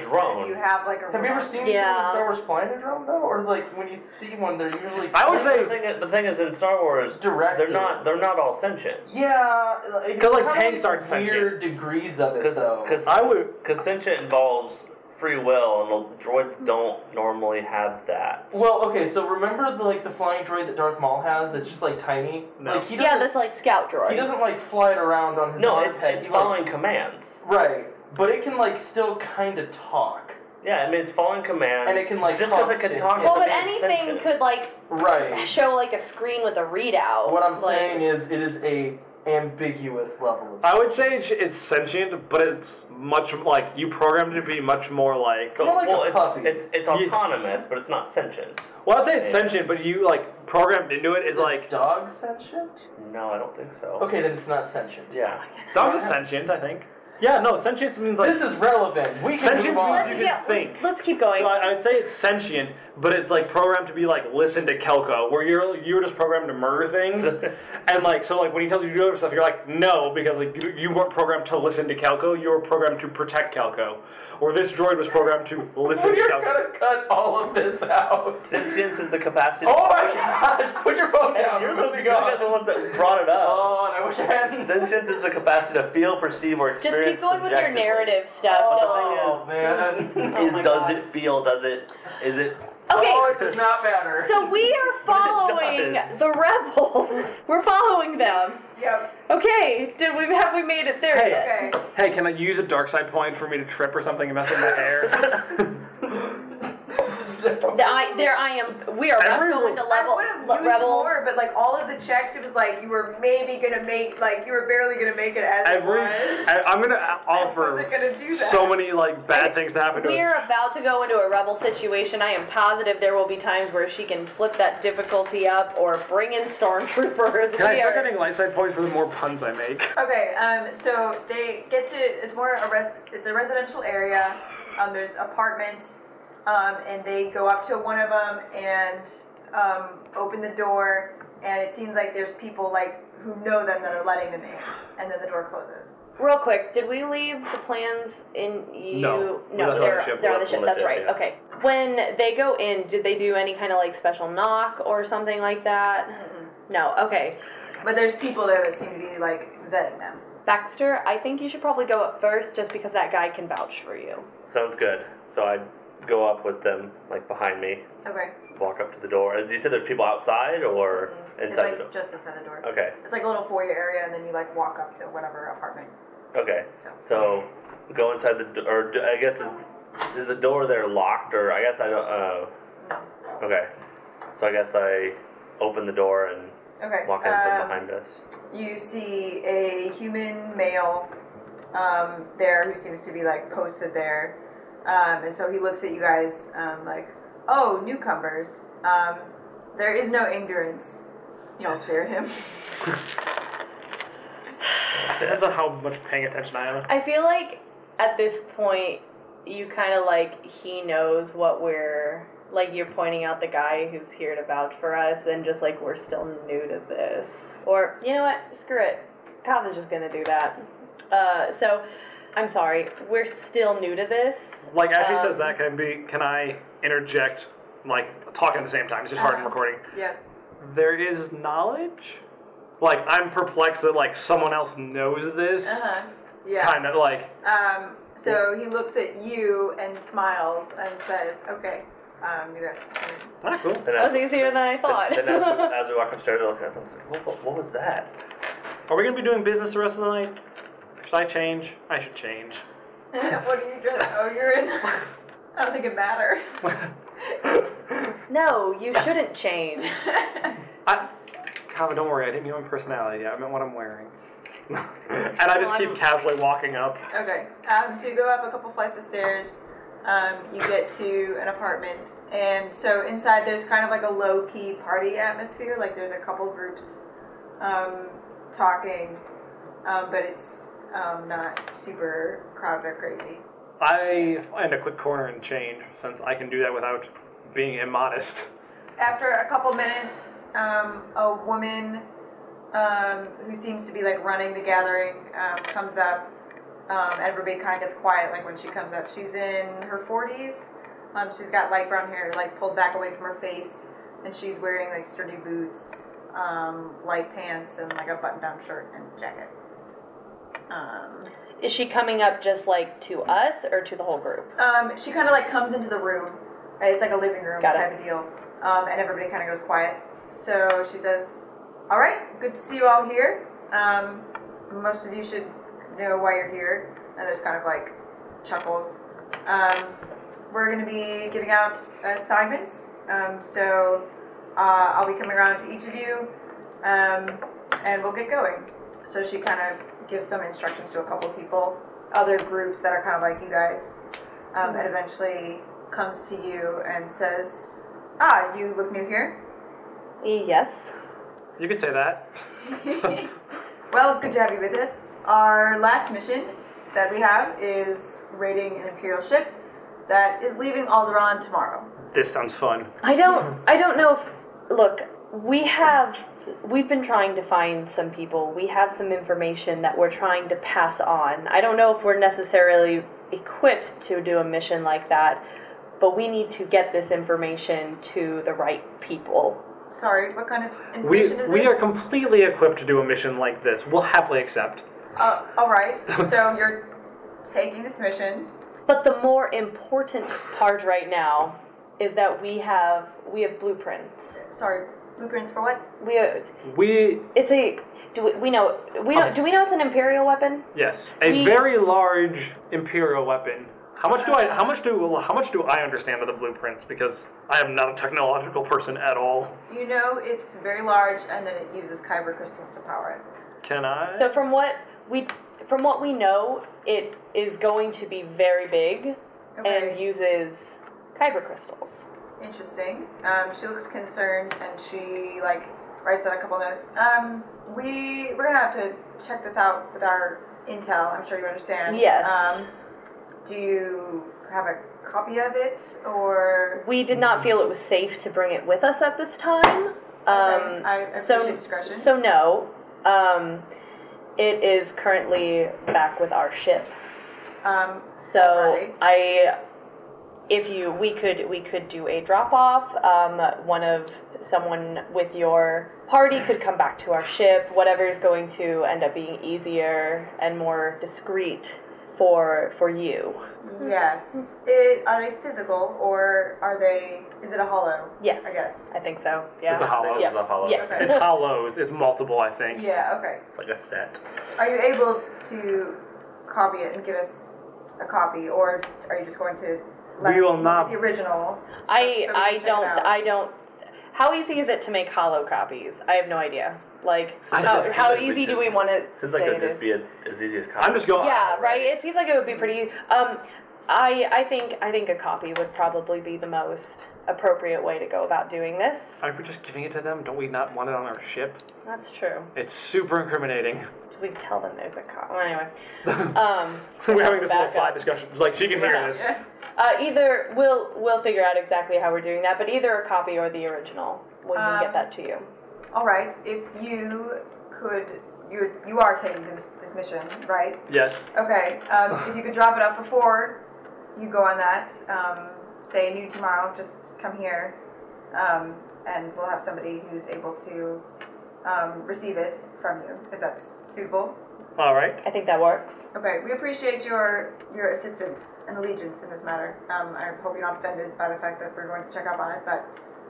Speaker 3: A drone.
Speaker 4: If you have like a.
Speaker 7: Have you ever
Speaker 4: remote.
Speaker 7: seen someone
Speaker 2: Yeah.
Speaker 7: in Star Wars flying a drone though? Or like when you see one, they're usually.
Speaker 5: I would
Speaker 3: the
Speaker 5: say
Speaker 3: thing, is, the thing is, in Star Wars,
Speaker 7: Directed.
Speaker 3: they're not they're not all sentient.
Speaker 7: Yeah, it's
Speaker 5: 'Cause, like,
Speaker 7: kinda
Speaker 5: tanks aren't sentient.
Speaker 7: weird degrees of it though.
Speaker 3: Because
Speaker 5: I would.
Speaker 3: sentient involves free will, and the droids don't normally have that.
Speaker 7: Well, okay, so remember the, like the flying droid that Darth Maul has? That's just like tiny.
Speaker 5: No.
Speaker 7: Like he doesn't.
Speaker 2: Yeah, that's like scout droid.
Speaker 7: he doesn't like fly it around on his
Speaker 3: No,
Speaker 7: arm
Speaker 3: it's,
Speaker 7: peg.
Speaker 3: it's
Speaker 7: He, like-
Speaker 3: following commands.
Speaker 7: right, but it can like still kind of talk.
Speaker 3: Yeah, I mean it's following commands.
Speaker 7: And it can, like,
Speaker 3: just because
Speaker 7: talk
Speaker 3: it can
Speaker 7: to-
Speaker 3: talk.
Speaker 7: yeah.
Speaker 2: well,
Speaker 3: doesn't
Speaker 2: but
Speaker 3: mean it's
Speaker 2: anything
Speaker 3: sentient.
Speaker 2: could like
Speaker 7: Right.
Speaker 2: show like a screen with a readout.
Speaker 7: What I'm
Speaker 2: like-
Speaker 7: saying is, it is a ambiguous level. Of
Speaker 5: I would say it's, it's sentient, but it's much like you programmed it to be much more like.
Speaker 3: So,
Speaker 7: more like a
Speaker 3: well,
Speaker 7: puppy.
Speaker 3: It's, it's, it's
Speaker 5: Yeah.
Speaker 3: autonomous, but it's not sentient.
Speaker 5: Well, I'd say it's sentient, but you like programmed into it is like
Speaker 7: dog sentient.
Speaker 3: No, I don't think so.
Speaker 7: Okay, then it's not sentient.
Speaker 3: Yeah.
Speaker 5: dogs are sentient. I think. Yeah, no, sentient means like.
Speaker 7: This is relevant. We can
Speaker 5: Sentient
Speaker 7: move on.
Speaker 5: means
Speaker 2: Let's,
Speaker 5: you
Speaker 2: yeah,
Speaker 5: can think.
Speaker 2: let's, let's keep going.
Speaker 5: So I, I'd say it's sentient, but it's like programmed to be like listen to Kelko, where you're you were just programmed to murder things, and like so like when he tells you to do other stuff, you're like no because like you, you weren't programmed to listen to Kelko, you were programmed to protect Kelko, or this droid was programmed to listen to
Speaker 7: We're
Speaker 5: Kelko.
Speaker 7: gonna cut all of this out.
Speaker 3: Sentience is the capacity.
Speaker 7: Oh my god! Put your phone down.
Speaker 3: You're
Speaker 7: You're
Speaker 3: the,
Speaker 7: moving
Speaker 3: you guys are the
Speaker 7: on.
Speaker 3: ones that brought it up.
Speaker 7: Oh, and I wish I hadn't.
Speaker 3: Sentience is the capacity to feel, perceive, or
Speaker 2: Just
Speaker 3: experience.
Speaker 2: keep going with your
Speaker 3: subjectively.
Speaker 2: narrative Oh stuff.
Speaker 7: Oh man.
Speaker 3: Is, does it feel? Does it? Is it?
Speaker 2: don't- Okay.
Speaker 7: Oh, it does not matter.
Speaker 2: So we are following
Speaker 3: does.
Speaker 2: the rebels. We're following them.
Speaker 4: Yep.
Speaker 2: Okay, did we have we made it there
Speaker 5: Hey.
Speaker 2: yet?
Speaker 4: Okay.
Speaker 5: Hey, can I use a dark side point for me to trip or something and mess up my hair?
Speaker 2: The- I, there I am. We are
Speaker 5: Everyone-
Speaker 2: going to
Speaker 4: I
Speaker 2: level
Speaker 4: would have
Speaker 2: le-
Speaker 4: used
Speaker 2: rebels.
Speaker 4: more, but like all of the checks, it was like you were maybe gonna make, like you were barely gonna make it as
Speaker 5: Every,
Speaker 4: it was.
Speaker 5: I, I'm gonna offer
Speaker 4: wasn't gonna do that.
Speaker 5: so many like bad things to happen to
Speaker 2: We
Speaker 5: us.
Speaker 2: are about to go into a rebel situation. I am positive there will be times where she can flip that difficulty up or bring in stormtroopers.
Speaker 5: Can I
Speaker 2: We
Speaker 5: start
Speaker 2: are-
Speaker 5: getting light side points for the more puns I make?
Speaker 4: Okay, um, so they get to it's more a res, it's a residential area. Um, there's apartments, um, and they go up to one of them and um, open the door, and it seems like there's people like who know them that are letting them in, and then the door closes.
Speaker 2: Real quick, did we leave the plans in you?
Speaker 5: No, we're not on the
Speaker 2: they're,
Speaker 5: ship.
Speaker 2: they're on
Speaker 3: We're
Speaker 2: the ship.
Speaker 3: on the
Speaker 2: That's
Speaker 3: ship,
Speaker 2: right.
Speaker 3: yeah.
Speaker 2: Okay. When they go in, did they do any kind of like special knock or something like that?
Speaker 4: Mm-hmm.
Speaker 2: No. Okay.
Speaker 4: But there's people there that seem to be like vetting them.
Speaker 2: Baxter, I think you should probably go up first just because that guy can vouch for you.
Speaker 3: Sounds good. So I go up with them, like behind me,
Speaker 4: Okay,
Speaker 3: walk up to the door. You said there's people outside or
Speaker 2: Mm-hmm.
Speaker 4: it's
Speaker 3: inside the
Speaker 4: like
Speaker 3: door. Uh,
Speaker 4: just inside the door.
Speaker 3: Okay.
Speaker 4: It's like a little foyer area, and then you like walk up to whatever apartment.
Speaker 3: Okay. So go inside the do- or do- I guess is, is the door there locked or I guess I don't. Uh, okay. So I guess I open the door and
Speaker 4: Okay.
Speaker 3: walk in
Speaker 4: um,
Speaker 3: from
Speaker 2: Uh,
Speaker 3: behind us.
Speaker 4: you see a human male um, there who seems to be like posted there. Um, and so he looks at you guys um, like, oh, newcomers. Um, there is no ignorance. You all stare at him.
Speaker 5: Depends on how much paying attention I am.
Speaker 2: I feel like at this point, you kind of like he knows what we're like. You're pointing out the guy who's here to vouch for us, and just like we're still new to this, or you know what? Screw it. Cobb is just gonna do that. Uh, so, I'm sorry. We're still new to this.
Speaker 5: Like as she
Speaker 2: Um,
Speaker 5: says that, can I be? Can I interject? Like talk at the same time. It's just hard in
Speaker 4: Uh-huh.
Speaker 5: recording.
Speaker 4: yeah.
Speaker 5: There is knowledge. Like I'm perplexed that like someone else knows this.
Speaker 4: Uh-huh. Yeah.
Speaker 5: Kind of like
Speaker 4: Um, so he looks at you and smiles and says, okay, um, you guys. can come in."
Speaker 5: ah, cool.
Speaker 3: Then
Speaker 2: That was easier than I thought.
Speaker 3: Then, then as, as we walk upstairs, I look at them and say, what, what, what was that?
Speaker 5: Are we gonna be doing business the rest of the night? Should I change? I should change.
Speaker 4: what are you doing? Oh, you're in. I don't think it matters.
Speaker 2: No, you shouldn't change.
Speaker 5: I, God, don't worry, I didn't mean my personality. I meant what I'm wearing. and I just keep casually walking up.
Speaker 4: Okay, um, so you go up a couple flights of stairs. Um, you get to an apartment, and so inside there's kind of like a low key party atmosphere. Like there's a couple groups um, talking, um, but it's um, not super crowded or crazy.
Speaker 5: I find a quick corner and change, since I can do that without being immodest.
Speaker 4: After a couple minutes, um, a woman um, who seems to be like running the gathering um, comes up. Um, everybody kind of gets quiet like when she comes up. She's in her 40s. Um, she's got light brown hair like pulled back away from her face, and she's wearing like sturdy boots, um, light pants, and like a button-down shirt and jacket. Um,
Speaker 2: Is she coming up just like to us or to the whole group?
Speaker 4: um, she kind of like comes into the room. Uh, It's like a living room
Speaker 2: Got it.
Speaker 4: type of deal. Um, and everybody kind of goes quiet. So she says, All right, good to see you all here. Um, most of you should know why you're here. And there's kind of like chuckles. Um, we're going to be giving out assignments. Um, so uh, I'll be coming around to each of you um, and we'll get going. So she kind of gives some instructions to a couple people, other groups that are kind of like you guys um, and eventually comes to you and says, "Ah, you look new here.
Speaker 2: Yes.
Speaker 5: You could say that.
Speaker 4: well, good to have you with us. Our last mission that we have is raiding an imperial ship that is leaving Alderaan tomorrow.
Speaker 5: This sounds fun.
Speaker 2: I don't I don't know if look, we have we've been trying to find some people. We have some information that we're trying to pass on. I don't know if we're necessarily equipped to do a mission like that, but we need to get this information to the right people.
Speaker 4: Sorry, what kind of
Speaker 5: We,
Speaker 4: information is
Speaker 5: we
Speaker 4: this?
Speaker 5: are completely equipped to do a mission like this. We'll happily accept.
Speaker 4: uh, all right. so you're taking this mission.
Speaker 2: But the more important part right now is that we have we have blueprints.
Speaker 4: Sorry, blueprints for what?
Speaker 2: We are,
Speaker 5: We,
Speaker 2: it's a do we, we know we know do we know it's an imperial weapon?
Speaker 5: yes, a
Speaker 2: We-
Speaker 5: very large imperial weapon. How much do I? How much do? How much do I understand of the blueprints? Because I am not a technological person at all.
Speaker 4: You know, it's very large, and then it uses kyber crystals to power it.
Speaker 5: Can I?
Speaker 2: So from what we from what we know, it is going to be very big and
Speaker 4: Okay.
Speaker 2: uses kyber crystals.
Speaker 4: Interesting. Um, she looks concerned, and she like writes down a couple notes. Um, we we're gonna have to check this out with our intel. I'm sure you understand.
Speaker 2: Yes.
Speaker 4: Um, do you have a copy of it, or
Speaker 2: We did not feel it was safe to bring it with us at this time. Um,
Speaker 4: Okay, I appreciate
Speaker 2: so
Speaker 4: discretion.
Speaker 2: so no, um, it is currently back with our ship.
Speaker 4: um,
Speaker 2: So
Speaker 4: Right.
Speaker 2: I, if you, we could we could do a drop off. Um, one of someone with your party could come back to our ship. Whatever is going to end up being easier and more discreet for for you.
Speaker 4: yes? It, are they physical, or are they? Is it a hollow?
Speaker 2: Yes,
Speaker 4: I guess.
Speaker 2: I think so. Yeah.
Speaker 5: It's a hollow.
Speaker 2: Yeah.
Speaker 3: It's a hollow.
Speaker 2: Yeah.
Speaker 4: Okay.
Speaker 5: It's hollows. It's multiple, I think.
Speaker 4: Yeah. Okay.
Speaker 3: It's like a set.
Speaker 4: Are you able to copy it and give us a copy, or are you just going to? let
Speaker 5: We will
Speaker 4: us look
Speaker 5: not-
Speaker 4: at the original.
Speaker 2: I
Speaker 4: So we can
Speaker 2: I
Speaker 4: check it
Speaker 2: don't
Speaker 4: out.
Speaker 2: I don't. How easy is it to make hollow copies? I have no idea. Like
Speaker 3: I
Speaker 2: how,
Speaker 3: think
Speaker 2: how
Speaker 3: like we
Speaker 2: easy do
Speaker 3: could-
Speaker 2: we want to
Speaker 3: Seems
Speaker 2: say
Speaker 3: like
Speaker 2: it
Speaker 3: it'd
Speaker 2: is?
Speaker 3: just be a, as easy as
Speaker 5: I'm just going.
Speaker 2: Yeah, right. It seems like it would be pretty. Um, I I think I think a copy would probably be the most appropriate way to go about doing this.
Speaker 5: Aren't we just giving it to them? Don't we not want it on our ship?
Speaker 2: That's true.
Speaker 5: It's super incriminating.
Speaker 2: Do we tell them there's a copy? Well, anyway, um,
Speaker 5: We're having this little
Speaker 2: back
Speaker 5: side
Speaker 2: up.
Speaker 5: discussion. Like she can hear this.
Speaker 2: Uh, either we'll we'll figure out exactly how we're doing that, but either a copy or the original. We can
Speaker 4: Um,
Speaker 2: get that to you.
Speaker 4: All right. If you could, you you are taking this, this mission, right?
Speaker 5: Yes.
Speaker 4: Okay. Um, if you could drop it off before you go on that, um, say noon tomorrow. Just come here, um, and we'll have somebody who's able to um, receive it from you, if that's suitable.
Speaker 5: All right.
Speaker 2: I think that works.
Speaker 4: Okay. We appreciate your your assistance and allegiance in this matter. Um, I hope you're not offended by the fact that we're going to check up on it, but.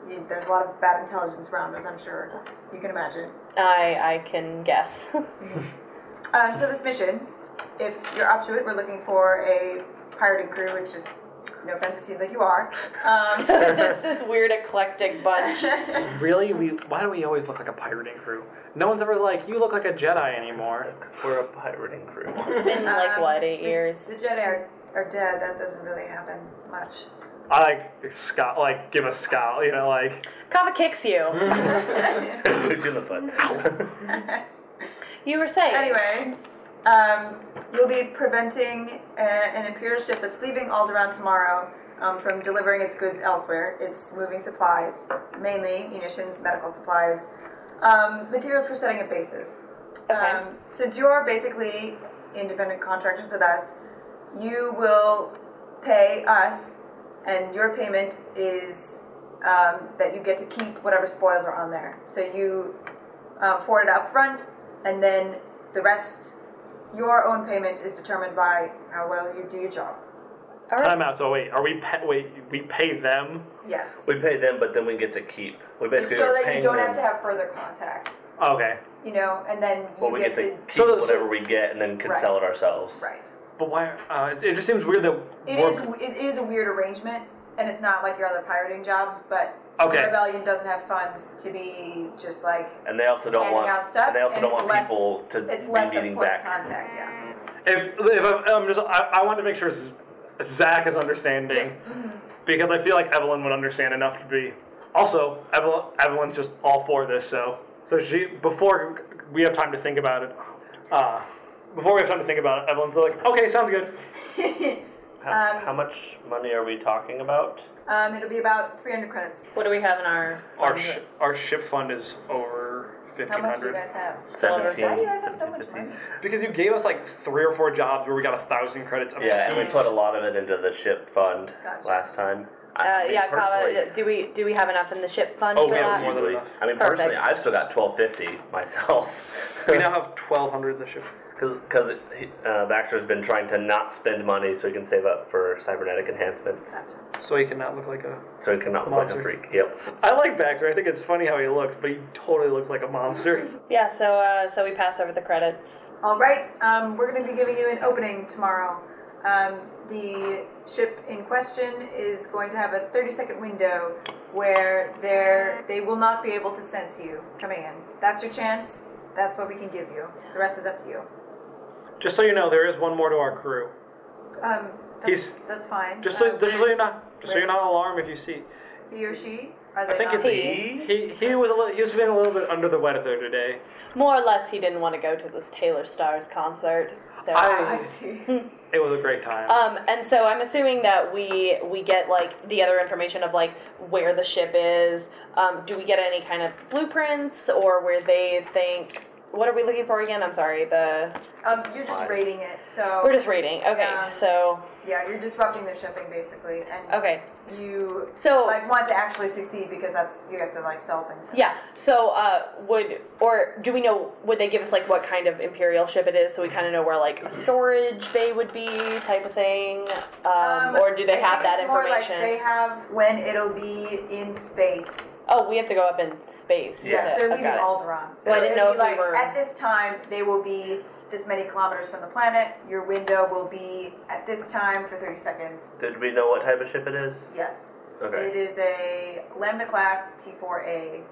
Speaker 4: You, there's a lot of bad intelligence around us, I'm sure. You can imagine.
Speaker 2: I I can guess.
Speaker 4: Um, so this mission, if you're up to it, we're looking for a pirating crew, which is No offense, it seems like you are. Um,
Speaker 2: this weird eclectic bunch.
Speaker 5: Really? We? Why do we always look like a pirating crew? No one's ever like, you look like a Jedi anymore.
Speaker 3: That's 'cause we're a pirating crew.
Speaker 2: It's been like
Speaker 4: Um,
Speaker 2: what eight years?
Speaker 4: the Jedi are, are dead. That doesn't really happen much.
Speaker 5: I like scowl, like give a scowl, you know, like
Speaker 2: Kava kicks you.
Speaker 3: Kicked in the foot.
Speaker 2: You were saying
Speaker 4: Anyway, um, you'll be preventing a, an Imperial ship that's leaving Alderaan tomorrow um, from delivering its goods elsewhere. It's moving supplies, mainly munitions, medical supplies, um, materials for setting up bases.
Speaker 2: Okay.
Speaker 4: Um, since you are basically independent contractors with us, you will pay us, and your payment is um, that you get to keep whatever spoils are on there. So you uh, forward it up front, and then the rest, your own payment is determined by how well you do your job.
Speaker 2: All right.
Speaker 5: time out. So wait, are we pa- wait? We pay them?
Speaker 4: Yes.
Speaker 3: we pay them, but then we get to keep. We basically
Speaker 4: so
Speaker 3: are
Speaker 4: that you
Speaker 3: paying
Speaker 4: don't
Speaker 3: them,
Speaker 4: have to have further contact,
Speaker 5: Okay,
Speaker 4: you know, and then you
Speaker 3: but we get, to keep
Speaker 5: So- so-
Speaker 3: whatever we get and then can
Speaker 4: Right.
Speaker 3: sell it ourselves.
Speaker 4: right.
Speaker 5: but why? Uh, it, it just seems weird that
Speaker 4: It
Speaker 5: we're-
Speaker 4: is it is a weird arrangement, and it's not like your other pirating jobs, but
Speaker 5: Okay.
Speaker 4: the rebellion doesn't have funds to be just like
Speaker 3: And they also don't
Speaker 4: handing
Speaker 3: want.
Speaker 4: out stuff.
Speaker 3: and they also don't want
Speaker 4: it's less,
Speaker 3: people to
Speaker 4: it's
Speaker 3: be
Speaker 4: less a
Speaker 3: needing
Speaker 4: point
Speaker 3: back.
Speaker 4: of contact. Yeah.
Speaker 5: if if I'm, I'm just I, I wanted to make sure Z- Zach is understanding
Speaker 4: Mm-hmm.
Speaker 5: because I feel like Evelyn would understand enough to be. Also, Evelyn Evelyn's just all for this, so so she before we have time to think about it. Uh, before we have time to think about it, Evelyn's like, okay, sounds good.
Speaker 3: How,
Speaker 4: Um,
Speaker 3: how much money are we talking about?
Speaker 4: Um, it'll be about 300 credits.
Speaker 2: what do we have in our?
Speaker 5: Our sh- our ship fund is over
Speaker 4: How
Speaker 5: fifteen
Speaker 4: much do
Speaker 5: hundred.
Speaker 4: you guys have?
Speaker 3: Seventeen.
Speaker 4: Why do you guys have so much
Speaker 3: 17,
Speaker 4: money?
Speaker 5: Because you gave us like three or four jobs where we got a thousand credits. Apiece.
Speaker 3: Yeah, and we put a lot of it into the ship fund
Speaker 4: Gotcha.
Speaker 3: last time.
Speaker 2: Uh,
Speaker 3: I mean,
Speaker 2: yeah,
Speaker 3: personally-
Speaker 2: Kava. Do we do we have enough in the ship fund
Speaker 5: Oh,
Speaker 2: for
Speaker 5: we have
Speaker 2: that?
Speaker 5: more than
Speaker 3: Easily.
Speaker 5: enough.
Speaker 3: I mean,
Speaker 2: Perfect.
Speaker 3: personally, I've still got twelve fifty myself.
Speaker 5: We now have twelve hundred this ship.
Speaker 3: Because uh, Baxter's been trying to not spend money so he can save up for cybernetic enhancements,
Speaker 5: so he cannot look like a.
Speaker 3: so he can not look like
Speaker 5: Monster.
Speaker 3: a freak. Yep.
Speaker 5: I like Baxter. I think it's funny how he looks, but he totally looks like a monster.
Speaker 2: Yeah. So uh, so we pass over the credits.
Speaker 4: All right, um, we're going to be giving you an opening tomorrow. Um, the ship in question is going to have a 30 second window where they're, they will not be able to sense you coming in. That's your chance. That's what we can give you. The rest is up to you.
Speaker 5: Just so you know, there is one more to our crew.
Speaker 4: Um, that's,
Speaker 5: He's-
Speaker 4: that's fine.
Speaker 5: Just so,
Speaker 4: Um,
Speaker 5: just so you're not, just so you're not alarmed if you see.
Speaker 4: He or she? Are they
Speaker 5: I think
Speaker 4: not?
Speaker 5: it's he. He, he was a little, he was feeling a little bit under the weather today.
Speaker 2: More or less, he didn't want to go to this Taylor Stars concert. So
Speaker 5: I-
Speaker 4: I see.
Speaker 5: It was a great time.
Speaker 4: Uh,
Speaker 2: Um, and so I'm assuming that we we get like the other information of like where the ship is. Um, do we get any kind of blueprints or where they think? What are we looking for again? I'm sorry. The
Speaker 4: Um, you're just rating it, so
Speaker 2: we're just reading. Okay,
Speaker 4: Yeah.
Speaker 2: so
Speaker 4: yeah, you're disrupting the shipping basically, and
Speaker 2: okay,
Speaker 4: you
Speaker 2: so
Speaker 4: like want to actually succeed because that's you have to like sell things.
Speaker 2: yeah. So uh, would or do we know? Would they give us like what kind of imperial ship it is? So we kind of know where like a storage bay would be, type of thing. Um, or do
Speaker 4: I
Speaker 2: they
Speaker 4: think
Speaker 2: have that
Speaker 4: it's more like
Speaker 2: information?
Speaker 4: they have when it'll be in space.
Speaker 2: oh, we have to go up in space.
Speaker 3: Yeah.
Speaker 2: to-
Speaker 4: Yes, they're
Speaker 2: I've
Speaker 4: leaving
Speaker 2: got it.
Speaker 4: Alderaan.
Speaker 2: So I didn't know
Speaker 4: it'll be
Speaker 2: if we
Speaker 4: like,
Speaker 2: were-
Speaker 4: at this time they will be this many kilometers from the planet. Your window will be at this time for 30 seconds.
Speaker 3: Did we know what type of ship it is?
Speaker 4: Yes.
Speaker 3: Okay.
Speaker 4: It is a Lambda class T4A.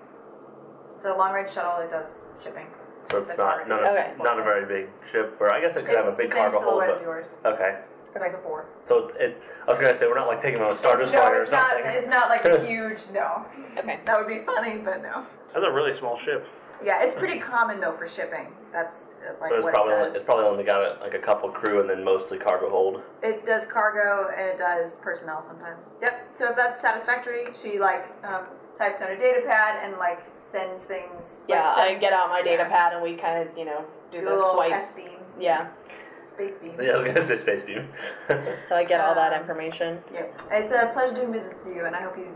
Speaker 4: It's a long range shuttle. It does shipping.
Speaker 3: So it's
Speaker 4: Like
Speaker 3: not not a,
Speaker 2: Okay.
Speaker 3: not a very big ship, or I guess it could
Speaker 4: it's
Speaker 3: have a big
Speaker 4: the same
Speaker 3: cargo hold.
Speaker 4: silhouette as
Speaker 3: But,
Speaker 4: yours.
Speaker 3: okay.
Speaker 4: Okay, it's a four.
Speaker 3: So it's, it, I was gonna say we're not like taking them on a star
Speaker 4: no,
Speaker 3: destroyer or
Speaker 4: it's not.
Speaker 3: something.
Speaker 4: It's not like a huge no.
Speaker 2: Okay.
Speaker 4: That would be funny, but no.
Speaker 5: That's a really small ship.
Speaker 4: Yeah, it's pretty common though for shipping. That's uh, like
Speaker 3: but it's
Speaker 4: what
Speaker 3: probably
Speaker 4: it
Speaker 3: only,
Speaker 4: does.
Speaker 3: it's probably only got like a couple crew and then mostly cargo hold.
Speaker 4: It does cargo and it does personnel sometimes. Yep. So if that's satisfactory, she like um, types on a data pad and like sends things.
Speaker 2: Yeah,
Speaker 4: like,
Speaker 2: I
Speaker 4: sends-
Speaker 2: get out my data
Speaker 4: yeah.
Speaker 2: pad and we kind of, you know, do
Speaker 4: Do a
Speaker 2: the
Speaker 4: little
Speaker 2: swipe.
Speaker 4: S beam,
Speaker 2: yeah,
Speaker 4: space beam.
Speaker 3: Yeah, I was gonna say space beam.
Speaker 2: so I get all that
Speaker 4: Um,
Speaker 2: information.
Speaker 4: Yep. It's a pleasure doing business with you, and I hope you,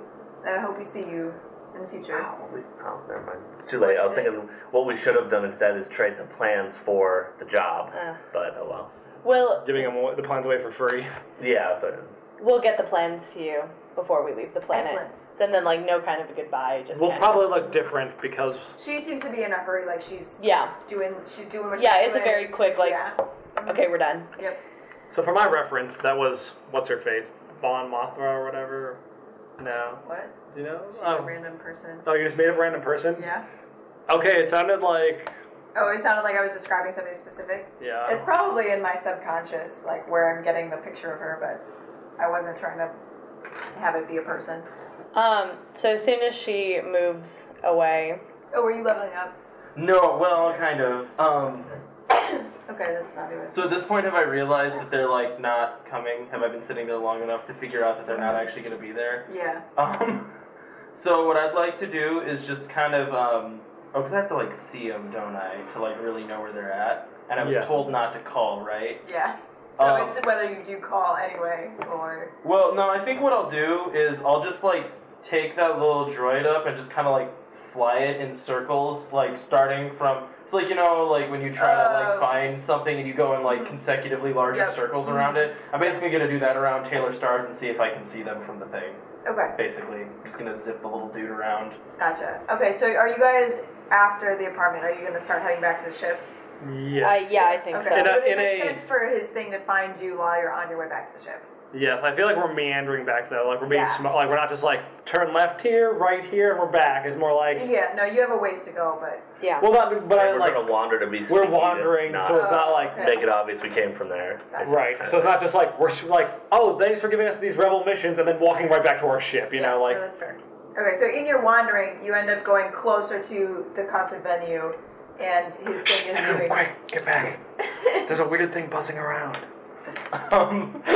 Speaker 4: I hope we see you in the future.
Speaker 3: Oh, we- oh, never mind. It's too late. I was thinking what we should have done instead is trade the plans for the job.
Speaker 2: Uh.
Speaker 3: But oh well.
Speaker 2: We'll
Speaker 5: Giving him away- the plans away for free.
Speaker 3: Yeah, but
Speaker 2: we'll get the plans to you before we leave the planet.
Speaker 4: Excellent.
Speaker 2: Then then like no kind of a goodbye. Just
Speaker 5: We'll
Speaker 2: kind of-
Speaker 5: probably look different because
Speaker 4: She seems to be in a hurry, like she's
Speaker 2: yeah
Speaker 4: doing, she's doing what
Speaker 2: yeah.
Speaker 4: she's
Speaker 2: It's a
Speaker 4: doing.
Speaker 2: very quick like
Speaker 4: yeah.
Speaker 2: okay we're done.
Speaker 4: Yep.
Speaker 5: so for my reference, that was what's her face Von Mothra or whatever? No.
Speaker 4: What?
Speaker 5: Do you know?
Speaker 4: She's a
Speaker 5: Oh,
Speaker 4: random person.
Speaker 5: oh, you just made up a random person?
Speaker 4: Yeah.
Speaker 5: Okay, it sounded like.
Speaker 4: Oh, it sounded like I was describing somebody specific.
Speaker 5: Yeah.
Speaker 4: It's probably in my subconscious, like where I'm getting the picture of her, but I wasn't trying to have it be a person.
Speaker 2: Um, so as soon as she moves away,
Speaker 4: Oh, were you leveling up?
Speaker 7: No, well, kind of. Um,
Speaker 4: Okay, that's not even.
Speaker 7: so at this point, have I realized that they're like not coming? Have I been sitting there long enough to figure out that they're not actually going to be there?
Speaker 4: Yeah.
Speaker 7: Um, so what I'd like to do is just kind of, um, oh, because I have to like see them, don't I, to like really know where they're at? And I was
Speaker 5: Yeah.
Speaker 7: told not to call, right?
Speaker 4: Yeah. So
Speaker 7: Um,
Speaker 4: it's whether you do call anyway or.
Speaker 7: Well, no, I think what I'll do is I'll just like take that little droid up and just kind of like fly it in circles, like starting from. It's like you know, like when you try to
Speaker 4: Oh. Mm-hmm.
Speaker 7: like find something and you go in like consecutively larger
Speaker 4: Yep. Mm-hmm.
Speaker 7: circles around it. I'm basically gonna do that around Taylor Stars and see if I can see them from the thing.
Speaker 4: Okay,
Speaker 7: Basically, I'm just gonna zip the little dude around.
Speaker 4: gotcha. Okay, so are you guys after the apartment? Are you gonna start heading back to the ship?
Speaker 5: Yeah.
Speaker 2: I, yeah, I think
Speaker 4: Okay,
Speaker 2: so.
Speaker 5: In
Speaker 4: so
Speaker 5: a-
Speaker 4: would it
Speaker 5: in
Speaker 4: make
Speaker 5: a-
Speaker 4: sense for his thing to find you while you're on your way back to the ship?
Speaker 5: Yes, I feel like we're meandering back though. Like we're being
Speaker 4: Yeah.
Speaker 5: smart. Like we're not just like turn left here, right here, and we're back. It's more like
Speaker 4: Yeah, no, you have a ways to go, but
Speaker 2: yeah.
Speaker 5: well, not, but
Speaker 3: Like,
Speaker 5: I
Speaker 3: we're
Speaker 5: like
Speaker 3: gonna wander to be. sneaky
Speaker 5: we're
Speaker 3: to
Speaker 5: wandering,
Speaker 3: not
Speaker 5: so it's not
Speaker 4: Oh,
Speaker 5: like
Speaker 4: okay.
Speaker 3: make it obvious we came from there.
Speaker 4: Gotcha.
Speaker 5: right. So it's not just like we're s- like oh thanks for giving us these rebel missions and then walking right back to our ship. You
Speaker 4: Yeah,
Speaker 5: know, like
Speaker 4: no, that's fair. Okay, so in your wandering, you end up going closer to the concert venue, and his thing
Speaker 5: Oh
Speaker 4: is doing.
Speaker 5: get back. There's a weird thing buzzing around.
Speaker 7: Um,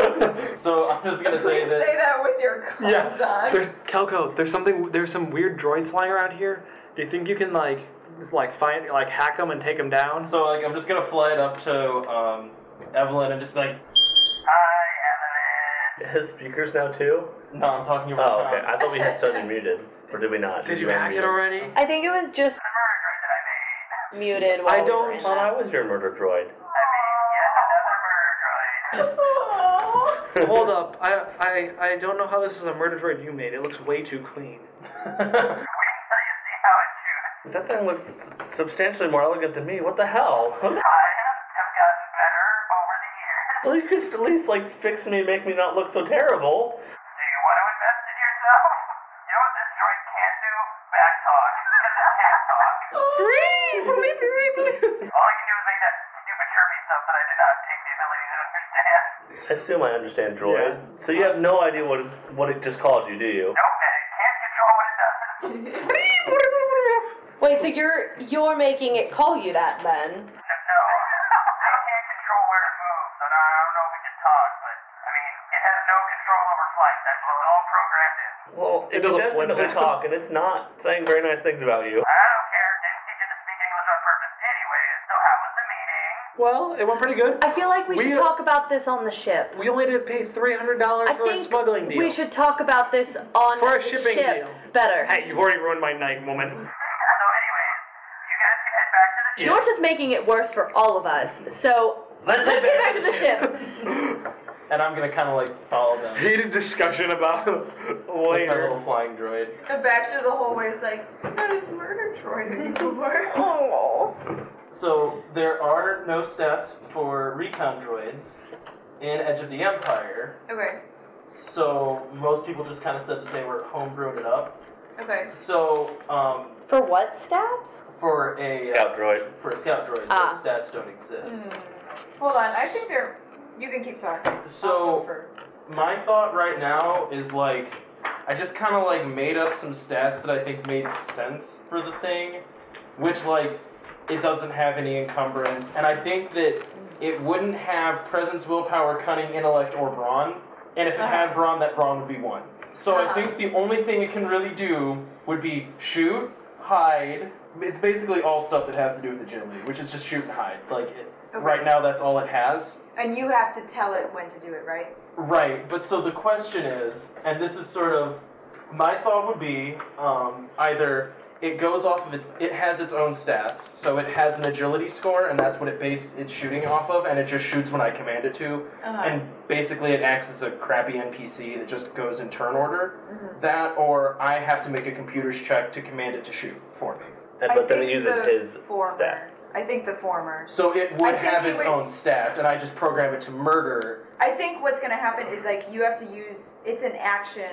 Speaker 7: so I'm just gonna say
Speaker 4: Please
Speaker 7: that.
Speaker 4: say that with your comms
Speaker 5: Yeah.
Speaker 4: on.
Speaker 5: There's Kelko. There's something. There's some weird droids flying around here. Do you think you can like just, like find like hack them and take them down?
Speaker 7: So like I'm just gonna fly it up to um, Evelyn and just be like,
Speaker 8: Hi, Evelyn.
Speaker 3: His speakers now too.
Speaker 7: no, I'm talking about.
Speaker 3: Oh, okay. I thought we had started muted, or did we not?
Speaker 5: Did you
Speaker 3: unmute
Speaker 5: hack it already?
Speaker 2: I think it was just
Speaker 8: The murder that I made.
Speaker 2: muted while
Speaker 5: I
Speaker 2: we were
Speaker 5: don't-
Speaker 2: in
Speaker 3: Oh, I
Speaker 2: that.
Speaker 3: was your murder droid.
Speaker 8: I made yet another murder droid.
Speaker 5: Hold up. I, I I don't know how this is a murder droid you made. It looks way too clean.
Speaker 8: Wait until you see how it shoots.
Speaker 3: That thing looks s- substantially more elegant than me. What the hell?
Speaker 8: I have gotten better over the years.
Speaker 3: well, you could at least like fix me, and make me not look so terrible.
Speaker 8: Do you want to invest in yourself? You know what this droid can't do? Back talk. Because it can't talk. All I can do is make that stupid chirpy stuff that I did not take the ability to understand.
Speaker 3: I assume I understand droid. So you have no idea what it, what it just called you, do you?
Speaker 8: Nope, and it can't control what it does.
Speaker 2: Wait, so you're you're making it call you that then?
Speaker 8: No. It can't control where it moves, and I don't know if it can talk, but I mean, it has no control over flight. That's what it all programmed in.
Speaker 3: Well, it
Speaker 5: doesn't
Speaker 3: doesn't
Speaker 5: flip
Speaker 3: definitely
Speaker 5: back.
Speaker 3: talk, and it's not saying very nice things about you.
Speaker 8: I don't care. Didn't teach it to speak English on purpose anyways, so how was the meeting?
Speaker 5: Well, it went pretty good.
Speaker 2: I feel like we,
Speaker 5: We-
Speaker 2: should talk about this on the ship.
Speaker 5: We only had to pay three hundred dollars
Speaker 2: I
Speaker 5: for a
Speaker 2: think
Speaker 5: smuggling deal.
Speaker 2: we should talk about this on
Speaker 5: For a
Speaker 2: the
Speaker 5: shipping
Speaker 2: ship
Speaker 5: deal.
Speaker 2: better.
Speaker 5: Hey, you've already ruined my night, woman.
Speaker 8: So anyways, you guys can head back to the ship.
Speaker 2: You're just making it worse for all of us. So
Speaker 7: Let's
Speaker 2: let's
Speaker 7: head
Speaker 2: get back to the ship.
Speaker 7: and I'm gonna kind of like follow them
Speaker 5: Heated discussion about
Speaker 7: with my
Speaker 5: later.
Speaker 7: little flying droid.
Speaker 4: The back to the hallway is like, what is murder droid anymore?
Speaker 5: Oh.
Speaker 7: So there are no stats for recon droids in Edge of the Empire.
Speaker 4: okay,
Speaker 7: So most people just kind of said that they were homebrewed it up.
Speaker 4: okay.
Speaker 7: So um,
Speaker 2: For what stats?
Speaker 7: for a uh,
Speaker 3: Scout droid.
Speaker 7: for a scout droid,
Speaker 2: Ah.
Speaker 7: those stats don't exist.
Speaker 4: Mm. Hold on, I think they're. You can keep talking. I'll go
Speaker 7: So
Speaker 4: first.
Speaker 7: my thought right now is like I just kind of like made up some stats that I think made sense for the thing, which like it doesn't have any encumbrance, and I think that it wouldn't have presence, willpower, cunning, intellect, or brawn. And if it had brawn, that brawn would be one. So I think the only thing it can really do would be shoot, hide. It's basically all stuff that has to do with agility, which is just shoot and hide. Like it,
Speaker 4: Okay.
Speaker 7: right now, that's all it has.
Speaker 4: And you have to tell it when to do it, right?
Speaker 7: Right, but so the question is, and this is sort of my thought would be um, either it goes off of its, it has its own stats, so it has an agility score, and that's what it base its shooting off of, and it just shoots when I command it to,
Speaker 4: Uh-huh.
Speaker 7: and basically it acts as a crappy NPC that just goes in turn order.
Speaker 4: Mm-hmm.
Speaker 7: That, or I have to make a computer's check to command it to shoot for me.
Speaker 3: And,
Speaker 4: I
Speaker 3: but then it
Speaker 4: think
Speaker 3: uses
Speaker 4: the
Speaker 3: his
Speaker 4: former-
Speaker 3: stat.
Speaker 4: I think the former.
Speaker 7: So it
Speaker 4: I
Speaker 7: would
Speaker 4: think
Speaker 7: have
Speaker 4: he
Speaker 7: its
Speaker 4: would-
Speaker 7: own stats, and I just program it to murder.
Speaker 4: I think what's gonna happen is like you have to use it's an action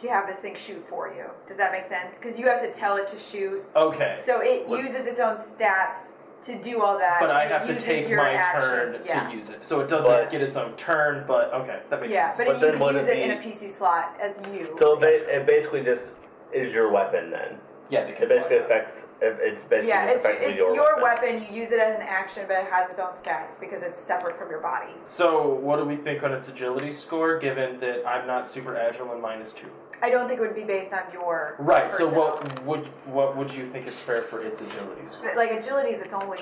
Speaker 4: to have this thing shoot for you. Does that make sense? Because you have to tell it to shoot.
Speaker 7: Okay.
Speaker 4: So it
Speaker 7: What-
Speaker 4: uses its own stats to do all that.
Speaker 7: But I
Speaker 4: and it
Speaker 7: have to
Speaker 4: uses
Speaker 7: take
Speaker 4: your
Speaker 7: my
Speaker 4: action.
Speaker 7: turn
Speaker 4: yeah.
Speaker 7: to use it. So it doesn't
Speaker 3: But-
Speaker 7: get its own turn, but okay, that makes
Speaker 4: Yeah,
Speaker 7: sense.
Speaker 4: but,
Speaker 3: But
Speaker 4: it,
Speaker 3: then
Speaker 4: you
Speaker 3: would
Speaker 4: can use
Speaker 3: it
Speaker 4: it in a
Speaker 3: be-
Speaker 4: PC slot as you.
Speaker 3: So it, ba- it basically just is your weapon then.
Speaker 7: yeah, they
Speaker 3: It
Speaker 7: could
Speaker 3: basically
Speaker 7: block that.
Speaker 3: affects. It, it's basically
Speaker 4: yeah,
Speaker 3: just
Speaker 4: it's,
Speaker 3: effectively
Speaker 4: it's
Speaker 3: your,
Speaker 4: your, weapon. You use it as an action, but it has its own stats because it's separate from your body.
Speaker 7: So what do we think on its agility score, given that I'm not super agile and mine is two?
Speaker 4: I don't think it would be based on your
Speaker 7: Right. So
Speaker 4: Person.
Speaker 7: what would what would you think is fair for its agility score?
Speaker 4: like agility is its only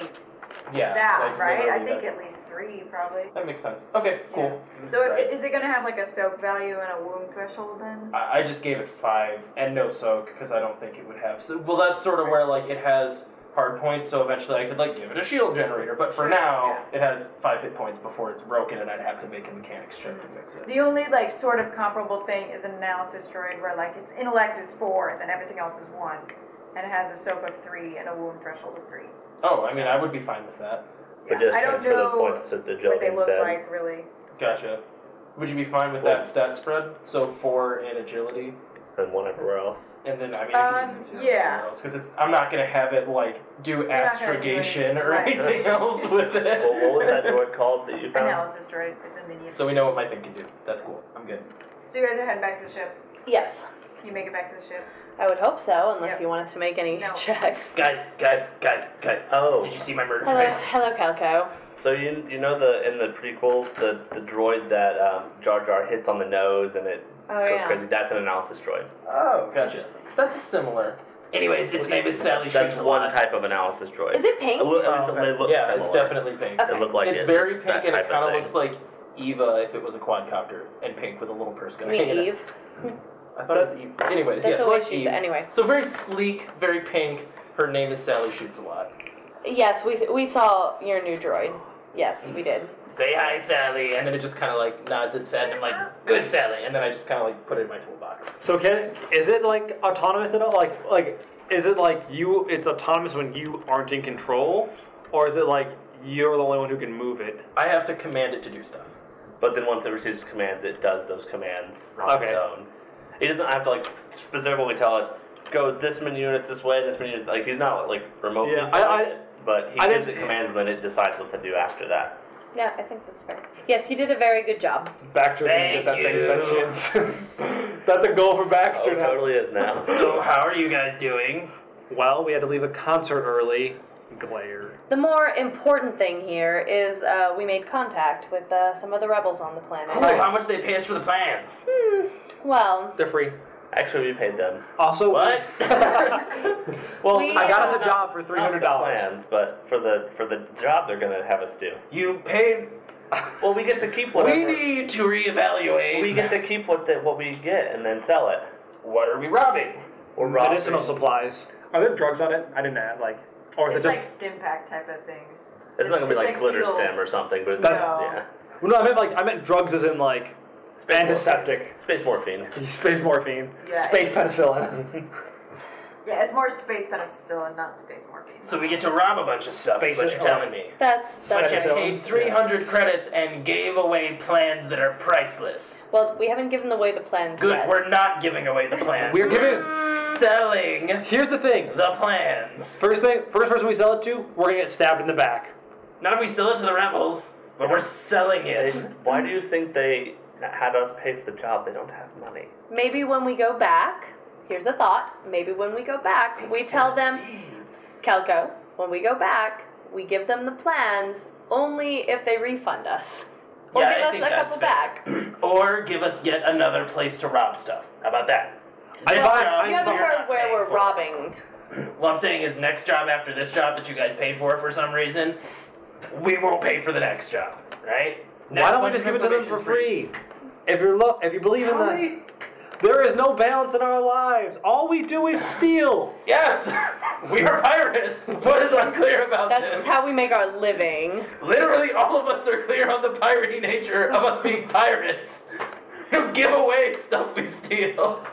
Speaker 7: Yeah,
Speaker 4: stat,
Speaker 7: like,
Speaker 4: right? I
Speaker 7: literally
Speaker 4: think
Speaker 7: that's-
Speaker 4: at least three probably.
Speaker 7: That makes sense. Okay, cool.
Speaker 4: So
Speaker 7: Right.
Speaker 4: it, is it gonna have like a soak value and a wound threshold then?
Speaker 7: I I just gave it five and no soak because I don't think it would have. So, well, that's sort of where like it has hard points, so eventually I could like give it a shield generator. But for
Speaker 4: Sure,
Speaker 7: now, it has five hit points before it's broken, and I'd have to make a mechanics check to fix it.
Speaker 4: The only like sort of comparable thing is an analysis droid where like its intellect is four and then everything else is one, and it has a soak of three and a wound threshold of three.
Speaker 7: Oh, I mean, I would be fine with that.
Speaker 3: But
Speaker 4: Yeah,
Speaker 3: just
Speaker 4: I don't
Speaker 3: transfer
Speaker 4: know
Speaker 3: those points to the
Speaker 4: What
Speaker 3: agility
Speaker 4: they look
Speaker 3: instead.
Speaker 4: like really.
Speaker 7: Gotcha. Would you be fine with that stat spread? So four in agility,
Speaker 3: and one everywhere else.
Speaker 7: and then I mean, I
Speaker 4: Um,
Speaker 7: could even zero
Speaker 4: yeah.
Speaker 7: everywhere else because it's I'm not gonna have it like do
Speaker 4: not gonna do
Speaker 7: astrogation or
Speaker 4: anything, right.
Speaker 7: anything else with it.
Speaker 3: Well, what was that droid called that you found?
Speaker 4: Analysis droid. It's a minion.
Speaker 7: So we know what my thing can do. That's cool. I'm good.
Speaker 4: So you guys are heading back to the ship.
Speaker 2: Yes.
Speaker 4: You make it back to the ship.
Speaker 2: I would hope so, unless
Speaker 4: Yep.
Speaker 2: you want us to make any
Speaker 4: No.
Speaker 2: checks.
Speaker 7: Guys, guys, guys, guys.
Speaker 3: Oh,
Speaker 7: Did you see my murder
Speaker 2: Hello,
Speaker 7: train?
Speaker 2: hello, Calco.
Speaker 3: so you you know the in the prequels the the droid that um, Jar Jar hits on the nose and it
Speaker 2: Oh
Speaker 3: goes
Speaker 2: yeah.
Speaker 3: crazy. That's an analysis droid.
Speaker 7: Oh, gotcha. That's similar. Anyways, its name is Sally.
Speaker 3: That's
Speaker 7: Shoots a
Speaker 3: one
Speaker 7: lot.
Speaker 3: type of analysis droid.
Speaker 2: Is it
Speaker 3: It
Speaker 2: pink?
Speaker 3: loo- at least
Speaker 7: Oh,
Speaker 3: it may look
Speaker 7: yeah,
Speaker 3: similar.
Speaker 7: it's definitely pink.
Speaker 2: Okay.
Speaker 3: It looked like
Speaker 7: it's
Speaker 3: it.
Speaker 7: very
Speaker 3: that
Speaker 7: pink, and
Speaker 3: type
Speaker 7: it kind of
Speaker 3: thing.
Speaker 7: looks like Eva if it was a quadcopter, and pink with a little purse
Speaker 2: I
Speaker 7: gun.
Speaker 2: mean
Speaker 7: hanging out.
Speaker 2: Eve.
Speaker 7: I thought it was Eve. Anyways,
Speaker 2: That's
Speaker 7: yes,
Speaker 2: the way
Speaker 7: like
Speaker 2: she's
Speaker 7: Eve.
Speaker 2: anyway.
Speaker 7: So very sleek, very pink. Her name is Sally Shoots a lot.
Speaker 2: Yes, we we saw your new droid. Yes, we did.
Speaker 7: Say hi, Sally, and then it just kind of like nods its head, and I'm like, good Sally, and then I just kind of like put it in my toolbox.
Speaker 5: So can is it like autonomous at all? Like like is it like you? It's autonomous when you aren't in control, or is it like you're the only one who can move it?
Speaker 7: I have to command it to do stuff.
Speaker 3: But then once it receives commands, it does those commands on its
Speaker 5: Okay.
Speaker 3: own. It doesn't have to like specifically tell it go this many units this way, this many units. Like he's not like remotely.
Speaker 5: Yeah, Oh. I- I-
Speaker 3: controlling it, but he
Speaker 5: I
Speaker 3: gives it
Speaker 5: didn't-
Speaker 3: commands and then it decides what to do after that.
Speaker 2: No, I think that's fair. Yes, you did a very good job.
Speaker 5: Baxter didn't get that
Speaker 7: Thank you.
Speaker 5: thing sentient. That's a goal for Baxter
Speaker 3: Oh,
Speaker 5: now.
Speaker 3: totally is now.
Speaker 7: So how are you guys doing?
Speaker 5: Well, we had to leave a concert early. Glare.
Speaker 2: The more important thing here is uh, we made contact with uh, some of the rebels on the planet.
Speaker 7: Cool. Oh, How much they pay us for the plans?
Speaker 2: Hmm, well,
Speaker 5: They're free.
Speaker 3: Actually, we paid them
Speaker 5: Also,
Speaker 7: What?
Speaker 5: Well,
Speaker 2: We-
Speaker 5: I got us a job for three
Speaker 3: Not for
Speaker 5: hundred
Speaker 3: the
Speaker 5: dollars.
Speaker 3: plans, but for the for the job they're gonna have us do.
Speaker 7: you paid.
Speaker 3: Well, we get to keep whatever.
Speaker 7: We need to reevaluate.
Speaker 3: we get to keep what the, what we get and then sell it.
Speaker 7: What are we robbing?
Speaker 3: Or rob
Speaker 5: Medicinal
Speaker 3: it.
Speaker 5: supplies. Are there drugs on it? I didn't add like. Or is
Speaker 4: It's
Speaker 5: it
Speaker 4: like
Speaker 5: just?
Speaker 4: stim pack type of things.
Speaker 3: It's not gonna be
Speaker 4: It's
Speaker 3: like,
Speaker 4: like
Speaker 3: glitter
Speaker 4: fuel.
Speaker 3: stem or something, but it's
Speaker 5: That's-
Speaker 3: yeah.
Speaker 5: Well, no, I meant like I meant drugs as in like
Speaker 3: Space
Speaker 5: antiseptic,
Speaker 3: Space morphine.
Speaker 5: space morphine,
Speaker 4: Yeah,
Speaker 5: space
Speaker 4: it's-
Speaker 5: penicillin.
Speaker 4: Yeah, it's more space penicillin, not space morphine.
Speaker 7: So we get to rob a bunch of stuff. Is what
Speaker 5: Faces Oh.
Speaker 7: you're
Speaker 5: up.
Speaker 7: telling me.
Speaker 2: that's
Speaker 7: But
Speaker 2: that's.
Speaker 7: you
Speaker 5: so-
Speaker 7: paid 300 credits and gave away plans that are priceless.
Speaker 2: Well, we haven't given away the plans
Speaker 7: Good,
Speaker 2: yet.
Speaker 7: we're not giving away the plans.
Speaker 5: We're giving.
Speaker 7: selling
Speaker 5: Here's the thing.
Speaker 7: the plans.
Speaker 5: First thing, first person we sell it to, we're gonna get stabbed in the back.
Speaker 7: Not if we sell it to the rebels, but we're selling
Speaker 3: They-
Speaker 7: it.
Speaker 3: Why do you think they had us pay for the job? They don't have money.
Speaker 2: Maybe when we go back, here's a thought. Maybe when we go back, we tell them, Calco, when we go back, we give them the plans only if they refund us. Or
Speaker 7: Yeah, I
Speaker 2: give us
Speaker 7: think
Speaker 2: a
Speaker 7: that's
Speaker 2: couple
Speaker 7: fair.
Speaker 2: back.
Speaker 7: Or give us yet another place to rob stuff. How about that?
Speaker 5: I
Speaker 7: Well,
Speaker 5: buy,
Speaker 7: I
Speaker 2: You haven't
Speaker 7: you're
Speaker 2: heard
Speaker 7: not
Speaker 2: where
Speaker 7: paying
Speaker 2: we're
Speaker 7: for it.
Speaker 2: robbing.
Speaker 7: Well, I'm saying is next job after this job that you guys paid for for some reason, we won't pay for the next job, right?
Speaker 5: why don't we just give it to them for free? If you're lo- if you believe in that, there is no balance in our lives. All we do is steal.
Speaker 7: Yes, we are pirates. What is unclear about
Speaker 2: That's
Speaker 7: this?
Speaker 2: how we make our living.
Speaker 7: Literally, all of us are clear on the piratey nature of us being pirates. Who give away stuff we steal.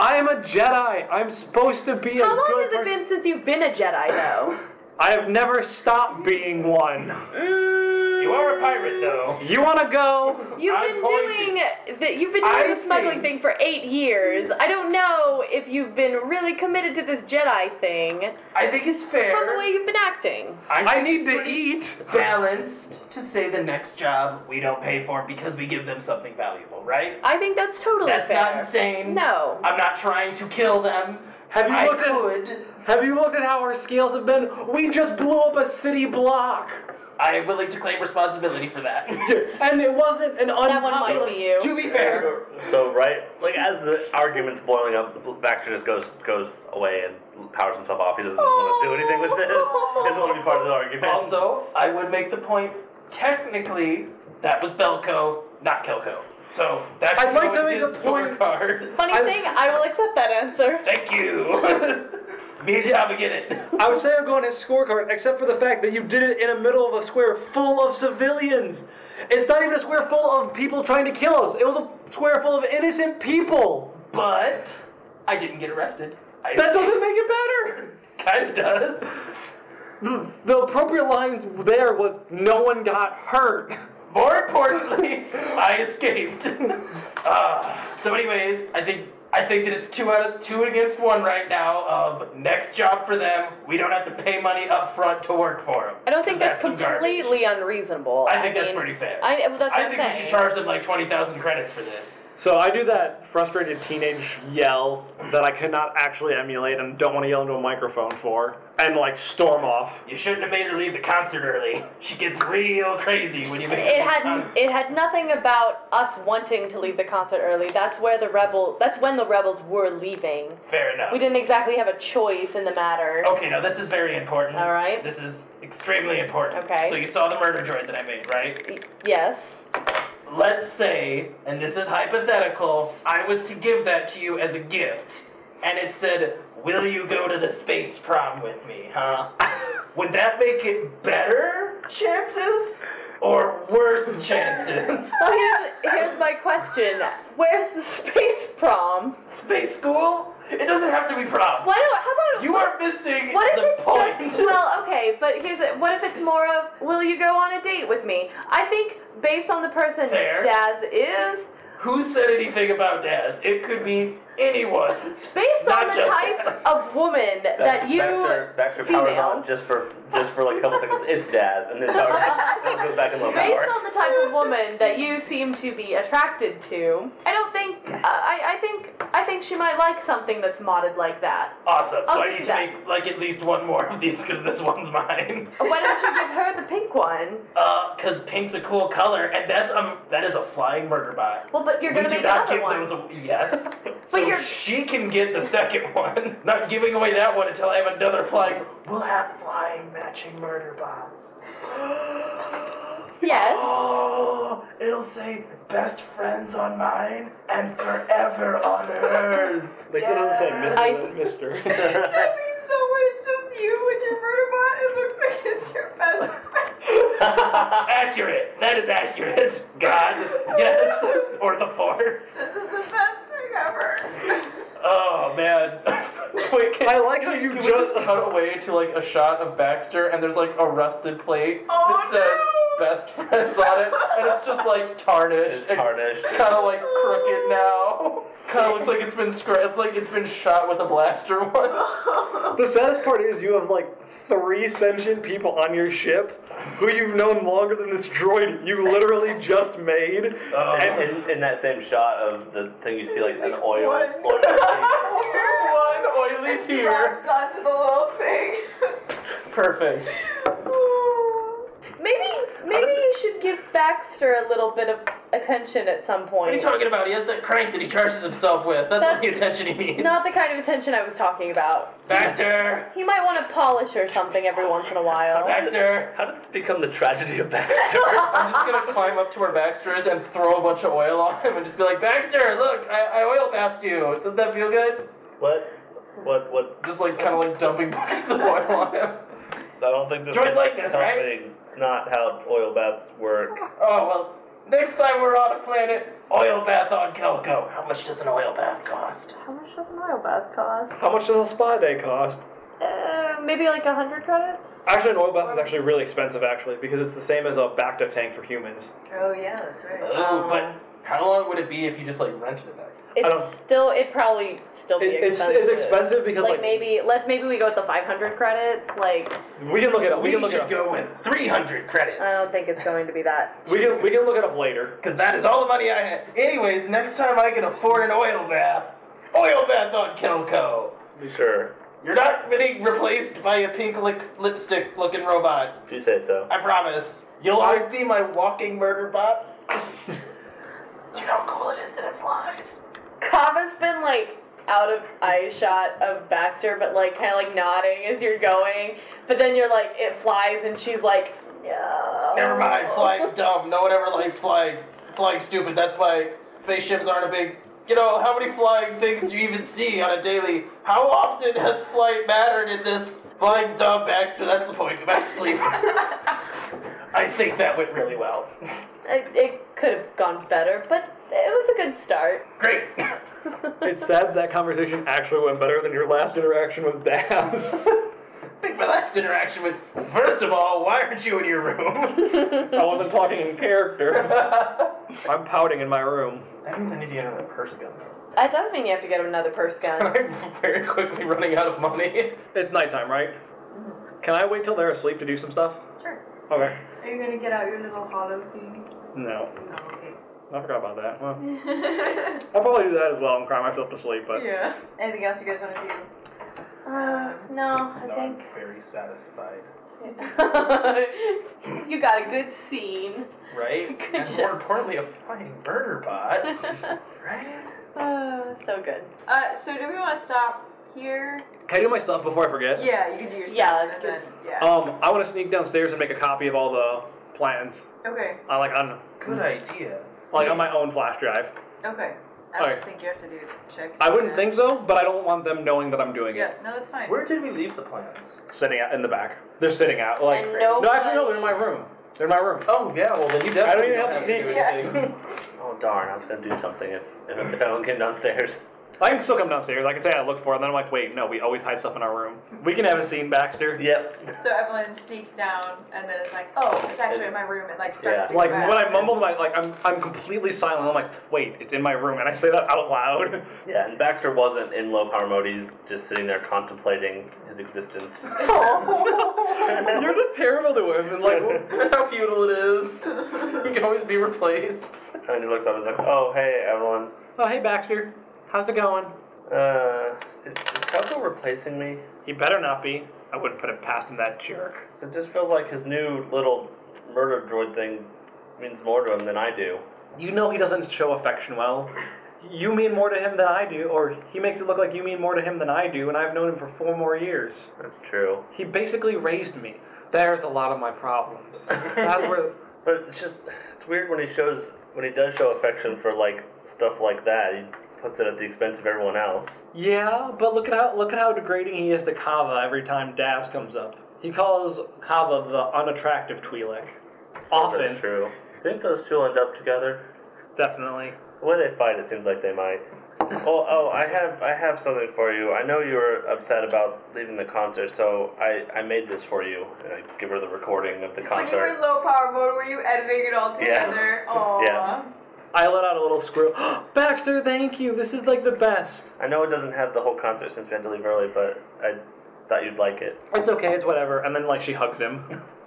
Speaker 5: I am a Jedi. I'm supposed to be a
Speaker 2: How long
Speaker 5: good
Speaker 2: has it
Speaker 5: person.
Speaker 2: been since you've been a Jedi, though?
Speaker 5: I have never stopped being one.
Speaker 7: Mm,
Speaker 3: You are a pirate, though.
Speaker 5: You wanna go?
Speaker 2: You've
Speaker 3: I'm
Speaker 2: been
Speaker 3: going
Speaker 2: doing the, you've been doing
Speaker 6: I
Speaker 2: the smuggling
Speaker 6: think-
Speaker 2: thing for eight years. I don't know if you've been really committed to this Jedi thing
Speaker 7: I think it's fair.
Speaker 2: from the way you've been acting.
Speaker 5: I
Speaker 7: think
Speaker 5: need
Speaker 7: it's
Speaker 5: to
Speaker 7: pretty
Speaker 5: eat.
Speaker 7: Balanced to say the next job we don't pay for because we give them something valuable, right?
Speaker 2: I think that's totally
Speaker 7: That's
Speaker 2: fair.
Speaker 7: not insane.
Speaker 2: No.
Speaker 7: I'm not trying to kill them.
Speaker 5: Have you
Speaker 7: I
Speaker 5: looked at-
Speaker 7: could.
Speaker 5: Have you looked at how our scales have been? We just blew up a city block,
Speaker 7: I am willing to claim responsibility for that.
Speaker 5: and it wasn't an unpopular.
Speaker 2: that one might be you.
Speaker 7: to be fair,
Speaker 3: So right, like as the argument's boiling up, Baxter just goes goes away and powers himself off. He doesn't want to do anything with this. He doesn't want to be part of the argument.
Speaker 7: also, I would make the point technically that was Belko, not Kelko. So that's
Speaker 5: I'd like to make a point-
Speaker 7: Card.
Speaker 2: Funny
Speaker 5: I-
Speaker 2: thing, I will accept that answer.
Speaker 7: Thank you. Me and Java get it.
Speaker 5: I would say I'm going his scorecard, except for the fact that you did it in the middle of a square full of civilians. It's not even a square full of people trying to kill us. It was a square full of innocent people.
Speaker 7: But I didn't get arrested. I
Speaker 5: That doesn't make it better.
Speaker 7: kind of does.
Speaker 5: The- The appropriate line there was no one got hurt.
Speaker 7: More importantly, I escaped. uh, so, anyways, I think I think that it's two out of two against one right now. Of next job for them, we don't have to pay money up front to work for them.
Speaker 2: I don't think that's,
Speaker 7: some garbage.
Speaker 2: completely unreasonable.
Speaker 7: I think that's
Speaker 2: mean,
Speaker 7: pretty fair.
Speaker 2: I, well, that's
Speaker 7: I
Speaker 2: what
Speaker 7: think
Speaker 2: I'm
Speaker 7: we
Speaker 2: saying.
Speaker 7: should charge them like twenty thousand credits for this.
Speaker 5: So I do that frustrated teenage yell that I cannot actually emulate and don't want to yell into a microphone for, and like storm off.
Speaker 7: You shouldn't have made her leave the concert early. She gets real crazy when you make. her
Speaker 2: It
Speaker 7: leave the
Speaker 2: had
Speaker 7: concert.
Speaker 2: it had nothing about us wanting to leave the concert early. That's where the rebel. That's when the rebels were leaving.
Speaker 7: fair enough.
Speaker 2: We didn't exactly have a choice in the matter.
Speaker 7: Okay, now this is very important.
Speaker 2: All right.
Speaker 7: This is extremely important.
Speaker 2: Okay.
Speaker 7: So you saw the murder droid that I made, right?
Speaker 2: Y- Yes.
Speaker 7: Let's say, and this is hypothetical, I was to give that to you as a gift, and it said, "Will you go to the space prom with me?" Huh? Would that make it better chances or worse chances?
Speaker 2: So here's here's my question. Where's the space prom?
Speaker 7: space school? It doesn't have to be prom.
Speaker 2: Why don't? How about
Speaker 7: You are missing
Speaker 2: What if
Speaker 7: the
Speaker 2: it's
Speaker 7: point.
Speaker 2: just well, okay, but here's it. What if it's more of will you go on a date with me? I think based on the person
Speaker 7: Fair.
Speaker 2: Daz is,
Speaker 7: Who said anything about Daz? It could be anyone.
Speaker 2: based
Speaker 7: Not
Speaker 2: on the
Speaker 7: just
Speaker 2: type
Speaker 7: Daz.
Speaker 2: of woman that, you
Speaker 3: Baxter, Baxter powers
Speaker 2: female,
Speaker 3: on just for just for like a couple seconds. It's Daz, and then powers, and goes back in low
Speaker 2: based
Speaker 3: power.
Speaker 2: on the type of woman that you seem to be attracted to, I don't think uh, I, I think I think she might like something that's modded like that.
Speaker 7: Awesome.
Speaker 2: I'll
Speaker 7: so I
Speaker 2: give
Speaker 7: need
Speaker 2: you
Speaker 7: to
Speaker 2: that.
Speaker 7: make like at least one more of these because this one's mine.
Speaker 2: Why don't you give her the pink one?
Speaker 7: Uh, because pink's a cool color, and that's um that is a flying murder bot.
Speaker 2: Well, but you're
Speaker 7: We
Speaker 2: gonna
Speaker 7: do
Speaker 2: make
Speaker 7: not
Speaker 2: another
Speaker 7: give
Speaker 2: one.
Speaker 7: those. A, yes. so
Speaker 2: you're-
Speaker 7: she can get the second one. not giving away that one until I have another flying. We'll have flying matching murder bots.
Speaker 2: Yes.
Speaker 7: Oh, it'll say best friends on mine and forever on hers.
Speaker 5: Like it doesn't say Mister.
Speaker 2: I-
Speaker 5: Mister.
Speaker 4: That means though when it's just you with your vertibot, it looks like it's your best friend.
Speaker 7: accurate. That is accurate. God, yes, or the Force.
Speaker 4: This is the best thing ever.
Speaker 7: Oh man. Wait, can,
Speaker 5: I like how you
Speaker 7: can we
Speaker 5: just-
Speaker 7: cut away to like a shot of Baxter and there's like a rusted plate
Speaker 4: Oh,
Speaker 7: that says
Speaker 4: no.
Speaker 7: "best friends" on it, and it's just like tarnished.
Speaker 3: It's tarnished.
Speaker 7: Kind of like crooked now. Kind of looks like it's been scra- It's like it's been shot with a blaster once.
Speaker 5: The saddest part is you have like three sentient people on your ship who you've known longer than this droid you literally just made.
Speaker 3: And
Speaker 5: and,
Speaker 3: in, in that same shot of the thing, you see like an oil.
Speaker 4: One.
Speaker 3: oil thing.
Speaker 7: One oily tear.
Speaker 4: Wraps onto the little thing.
Speaker 7: Perfect.
Speaker 2: Maybe maybe you should give Baxter a little bit of attention at some
Speaker 7: What are you
Speaker 2: point.
Speaker 7: talking about? He has that crank that he charges himself with. That's,
Speaker 2: That's-
Speaker 7: not the attention he needs.
Speaker 2: Not the kind of attention I was talking about.
Speaker 7: Baxter!
Speaker 2: He might want to polish or something every once in a while.
Speaker 7: Baxter!
Speaker 3: How did this become the tragedy of Baxter?
Speaker 7: I'm just gonna climb up to where Baxter is and throw a bunch of oil on him and just be like, Baxter, look, I, I oil bathed you. Doesn't that feel good?
Speaker 3: what? What? What?
Speaker 7: Just like kind of like dumping buckets of oil on him.
Speaker 3: I don't think this.
Speaker 7: Droids
Speaker 3: is
Speaker 7: like this, right?
Speaker 3: helping. It's not how oil baths work.
Speaker 7: Oh well, next time we're on a planet, oil bath on Kelko. How much does an oil bath cost?
Speaker 4: How much does an oil bath cost?
Speaker 5: how much does a spa day cost?
Speaker 2: uh, maybe like 100 credits?
Speaker 5: Actually, an oil bath is actually really expensive, actually, because it's the same as a bacto tank for humans.
Speaker 4: Oh yeah, that's right.
Speaker 7: Oh, but how long would it be if you just like rented it? Then?
Speaker 5: don't-
Speaker 2: It's still, it probably still be
Speaker 5: It- it's,
Speaker 2: expensive.
Speaker 5: it's expensive because
Speaker 2: Like,
Speaker 5: like,
Speaker 2: maybe, let maybe we go with the 500 credits. Like,
Speaker 5: we can look it up. We,
Speaker 7: We
Speaker 5: can look it
Speaker 7: should
Speaker 5: up.
Speaker 7: go with 300 credits.
Speaker 2: I don't think it's going to be that.
Speaker 5: We can we can look it up later.
Speaker 7: Because that is all the money I have. Anyways, next time I can afford an oil bath, oil bath on Kelco.
Speaker 3: Sure.
Speaker 7: You're not getting replaced by a pink lip- lipstick looking robot.
Speaker 3: If you say so.
Speaker 7: I promise. You'll always be my walking murder bot. you know how cool it is that it flies.
Speaker 2: Kava's been like out of eye shot of Baxter, but like kind of like nodding as you're going. But then you're like, it flies, and she's like, no.
Speaker 7: Never mind, flying's Oh. dumb. No one ever likes flying. Flying's stupid. That's why spaceships aren't a big. You know, how many flying things do you even see on a daily? How often has flight mattered in this? Flying's dumb, Baxter. That's the point. Go back to sleep. I think that went really well.
Speaker 2: It, it could have gone better, but it was a good start.
Speaker 7: Great.
Speaker 5: It's sad that conversation actually went better than your last interaction with Daz.
Speaker 7: I think my last interaction with. First of all, why aren't you in your room?
Speaker 5: I wasn't talking in character.
Speaker 7: that
Speaker 5: I'm pouting in my room.
Speaker 7: means I need to get another purse gun. though.
Speaker 2: That does mean you have to get another purse gun.
Speaker 7: I'm very quickly running out of money.
Speaker 5: It's nighttime, right? Can I wait till they're asleep to do some stuff?
Speaker 4: Sure.
Speaker 5: Okay.
Speaker 4: Are you gonna get out your little hollow thing?
Speaker 5: No,
Speaker 4: No.
Speaker 5: I forgot about that. Well,
Speaker 4: Okay.
Speaker 5: I'll probably do that as well and cry myself to sleep. But
Speaker 4: yeah. Anything else you guys want to do?
Speaker 2: Uh, no, I
Speaker 7: No,
Speaker 2: think.
Speaker 7: I'm very satisfied.
Speaker 2: Uh, you got a good scene.
Speaker 7: Right?
Speaker 2: Good
Speaker 7: and
Speaker 2: job.
Speaker 7: more importantly, a flying murder bot. right?
Speaker 2: Uh, so good.
Speaker 4: Uh, so do we want to stop here?
Speaker 5: can I do my stuff before I forget?
Speaker 4: Yeah, you can do your stuff.
Speaker 2: Yeah,
Speaker 4: and then,
Speaker 2: it's-
Speaker 4: yeah.
Speaker 5: Um, I want to sneak downstairs and make a copy of all the plans.
Speaker 4: Okay.
Speaker 5: I like on
Speaker 7: Good idea.
Speaker 5: like on my own flash drive.
Speaker 4: Okay. I don't
Speaker 5: Alright.
Speaker 4: think you have to do a check.
Speaker 5: I wouldn't
Speaker 4: Yeah.
Speaker 5: think so, but I don't want them knowing that I'm doing
Speaker 4: Yeah. No, that's fine.
Speaker 7: Where did we leave the plans?
Speaker 5: it. Sitting out in the back. They're sitting out. Like
Speaker 2: And no
Speaker 5: no, actually no,
Speaker 2: one-
Speaker 5: they're in my room. They're in my room.
Speaker 7: Oh, yeah, well, then you definitely
Speaker 5: I don't even have to
Speaker 7: do
Speaker 4: sneak.
Speaker 7: anything.
Speaker 3: Oh darn! I was gonna do something if if, if I don't get downstairs.
Speaker 5: I can still come downstairs. I can say I look for it, and then I'm like, wait, no, we always hide stuff in our room. We can have a scene, Baxter.
Speaker 3: Yep.
Speaker 4: So Evelyn sneaks down, and then it's like, oh, it's actually in my room, and like starts.
Speaker 3: Yeah.
Speaker 4: to go
Speaker 5: Like
Speaker 4: back.
Speaker 5: when I mumble, my like I'm I'm completely silent. I'm like, wait, it's in my room, and I say that out loud.
Speaker 3: Yeah, and Baxter wasn't in low power mode. He's just sitting there contemplating his existence.
Speaker 5: You're just terrible to him, and like,
Speaker 7: How futile it is. You can always be replaced.
Speaker 3: And he looks up and is like, "Oh, hey, Evelyn.
Speaker 5: oh hey Baxter, how's it going?
Speaker 3: Uh, is, is Kelso replacing me?
Speaker 5: He better not be. I wouldn't put it past him, that jerk.
Speaker 3: It just feels like his new little murder droid thing means more to him than I do.
Speaker 5: You know he doesn't show affection well. You mean more to him than I do, or he makes it look like you mean more to him than I do, and I've known him for four more years.
Speaker 3: That's true.
Speaker 5: He basically raised me. There's a lot of my problems. That's where.
Speaker 3: But it's just it's weird when he shows when he does show affection for like stuff like that. He puts it at the expense of everyone else.
Speaker 5: Yeah, but look at how look at how degrading he is to Kava every time Daz comes up. He calls Kava the unattractive Twi'lek.
Speaker 3: That's
Speaker 5: Often,
Speaker 3: true. Think those two end up together?
Speaker 5: definitely.
Speaker 3: The way they fight, it seems like they might. Oh, oh, I have, I have something for you. I know you were upset about leaving the concert, so I, I made this for you. And I give her the recording of the
Speaker 4: When you were in
Speaker 3: concert.
Speaker 4: low power mode, were you editing it all
Speaker 3: Yeah.
Speaker 4: together? Aww.
Speaker 3: Yeah.
Speaker 5: I let out a little squirrel. Baxter, thank you. This is like the best.
Speaker 3: I know it doesn't have the whole concert since we had to leave early, but I thought you'd like it.
Speaker 5: It's okay. It's whatever. And then like she hugs him.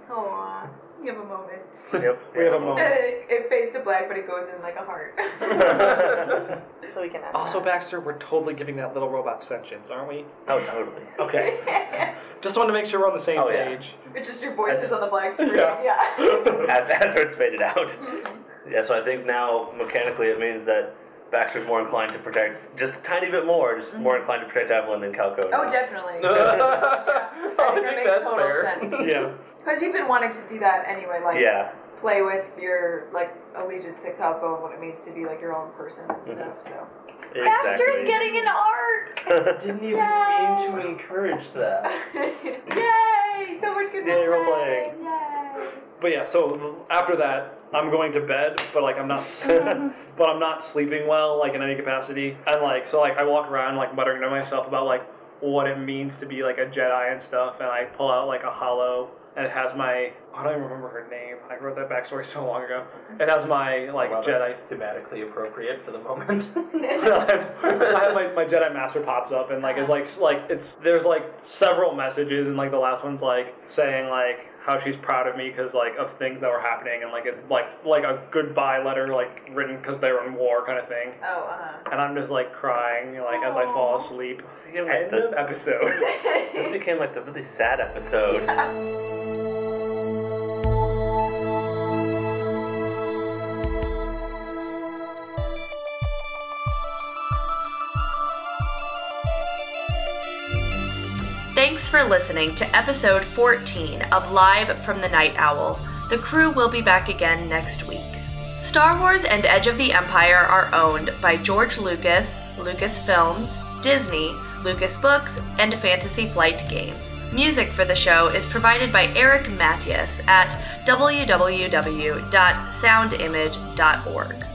Speaker 4: Aww. You have a moment.
Speaker 3: Yep.
Speaker 5: We have a moment.
Speaker 4: And it, it fades to black, but it goes in like a heart.
Speaker 2: So we can end
Speaker 5: Also,
Speaker 2: that.
Speaker 5: Baxter, we're totally giving that little robot sentience, aren't we?
Speaker 3: oh, totally.
Speaker 5: Okay. Just wanted to make sure we're on the same
Speaker 3: Oh, yeah.
Speaker 5: page.
Speaker 4: it's just your voices on the black screen.
Speaker 5: Yeah.
Speaker 3: After, after it's faded out. Yeah, so I think now mechanically it means that Baxter's more inclined to protect, just a tiny bit more, just more inclined to protect Evelyn than Calco.
Speaker 4: Oh, definitely.
Speaker 7: I
Speaker 4: I think that makes
Speaker 7: that's
Speaker 4: total
Speaker 7: fair.
Speaker 4: sense.
Speaker 5: Yeah.
Speaker 4: Because you've been wanting to do that anyway, like
Speaker 3: Yeah.
Speaker 4: play with your like allegiance to Calco and what it means to be like your own person and stuff. So
Speaker 3: Exactly.
Speaker 2: getting an art!
Speaker 7: Didn't even
Speaker 4: Yay.
Speaker 7: mean to encourage that.
Speaker 4: yay! So much good
Speaker 5: Yay, role
Speaker 4: role-playing. Yay!
Speaker 5: But yeah, so after that, I'm going to bed, but like I'm not, but I'm not sleeping well, like in any capacity, and like so like I walk around like muttering to myself about like, what it means to be like a Jedi and stuff, and I pull out like a hollow and it has my I don't even remember her name. I wrote that backstory so long ago. It has my like
Speaker 7: Wow, that's
Speaker 5: Jedi.
Speaker 7: thematically appropriate for the moment.
Speaker 5: I have my, my Jedi Master pops up and like it's like like it's there's like several messages and like the last one's like saying like how she's proud of me because like of things that were happening and like it's like like a goodbye letter like written because they were in war kind of thing
Speaker 4: Oh, uh-huh.
Speaker 5: and I'm just like crying like as I fall asleep
Speaker 3: Speaking of, like,
Speaker 5: end
Speaker 3: the-
Speaker 5: of episode.
Speaker 3: This became like the really sad episode.
Speaker 1: Thanks for listening to episode 14 of Live from the Night Owl. The crew will be back again next week. Star Wars and Edge of the Empire are owned by George Lucas, Lucas Films, Disney, Lucas Books, and Fantasy Flight Games. Music for the show is provided by Eric Matthias at www.soundimage.org.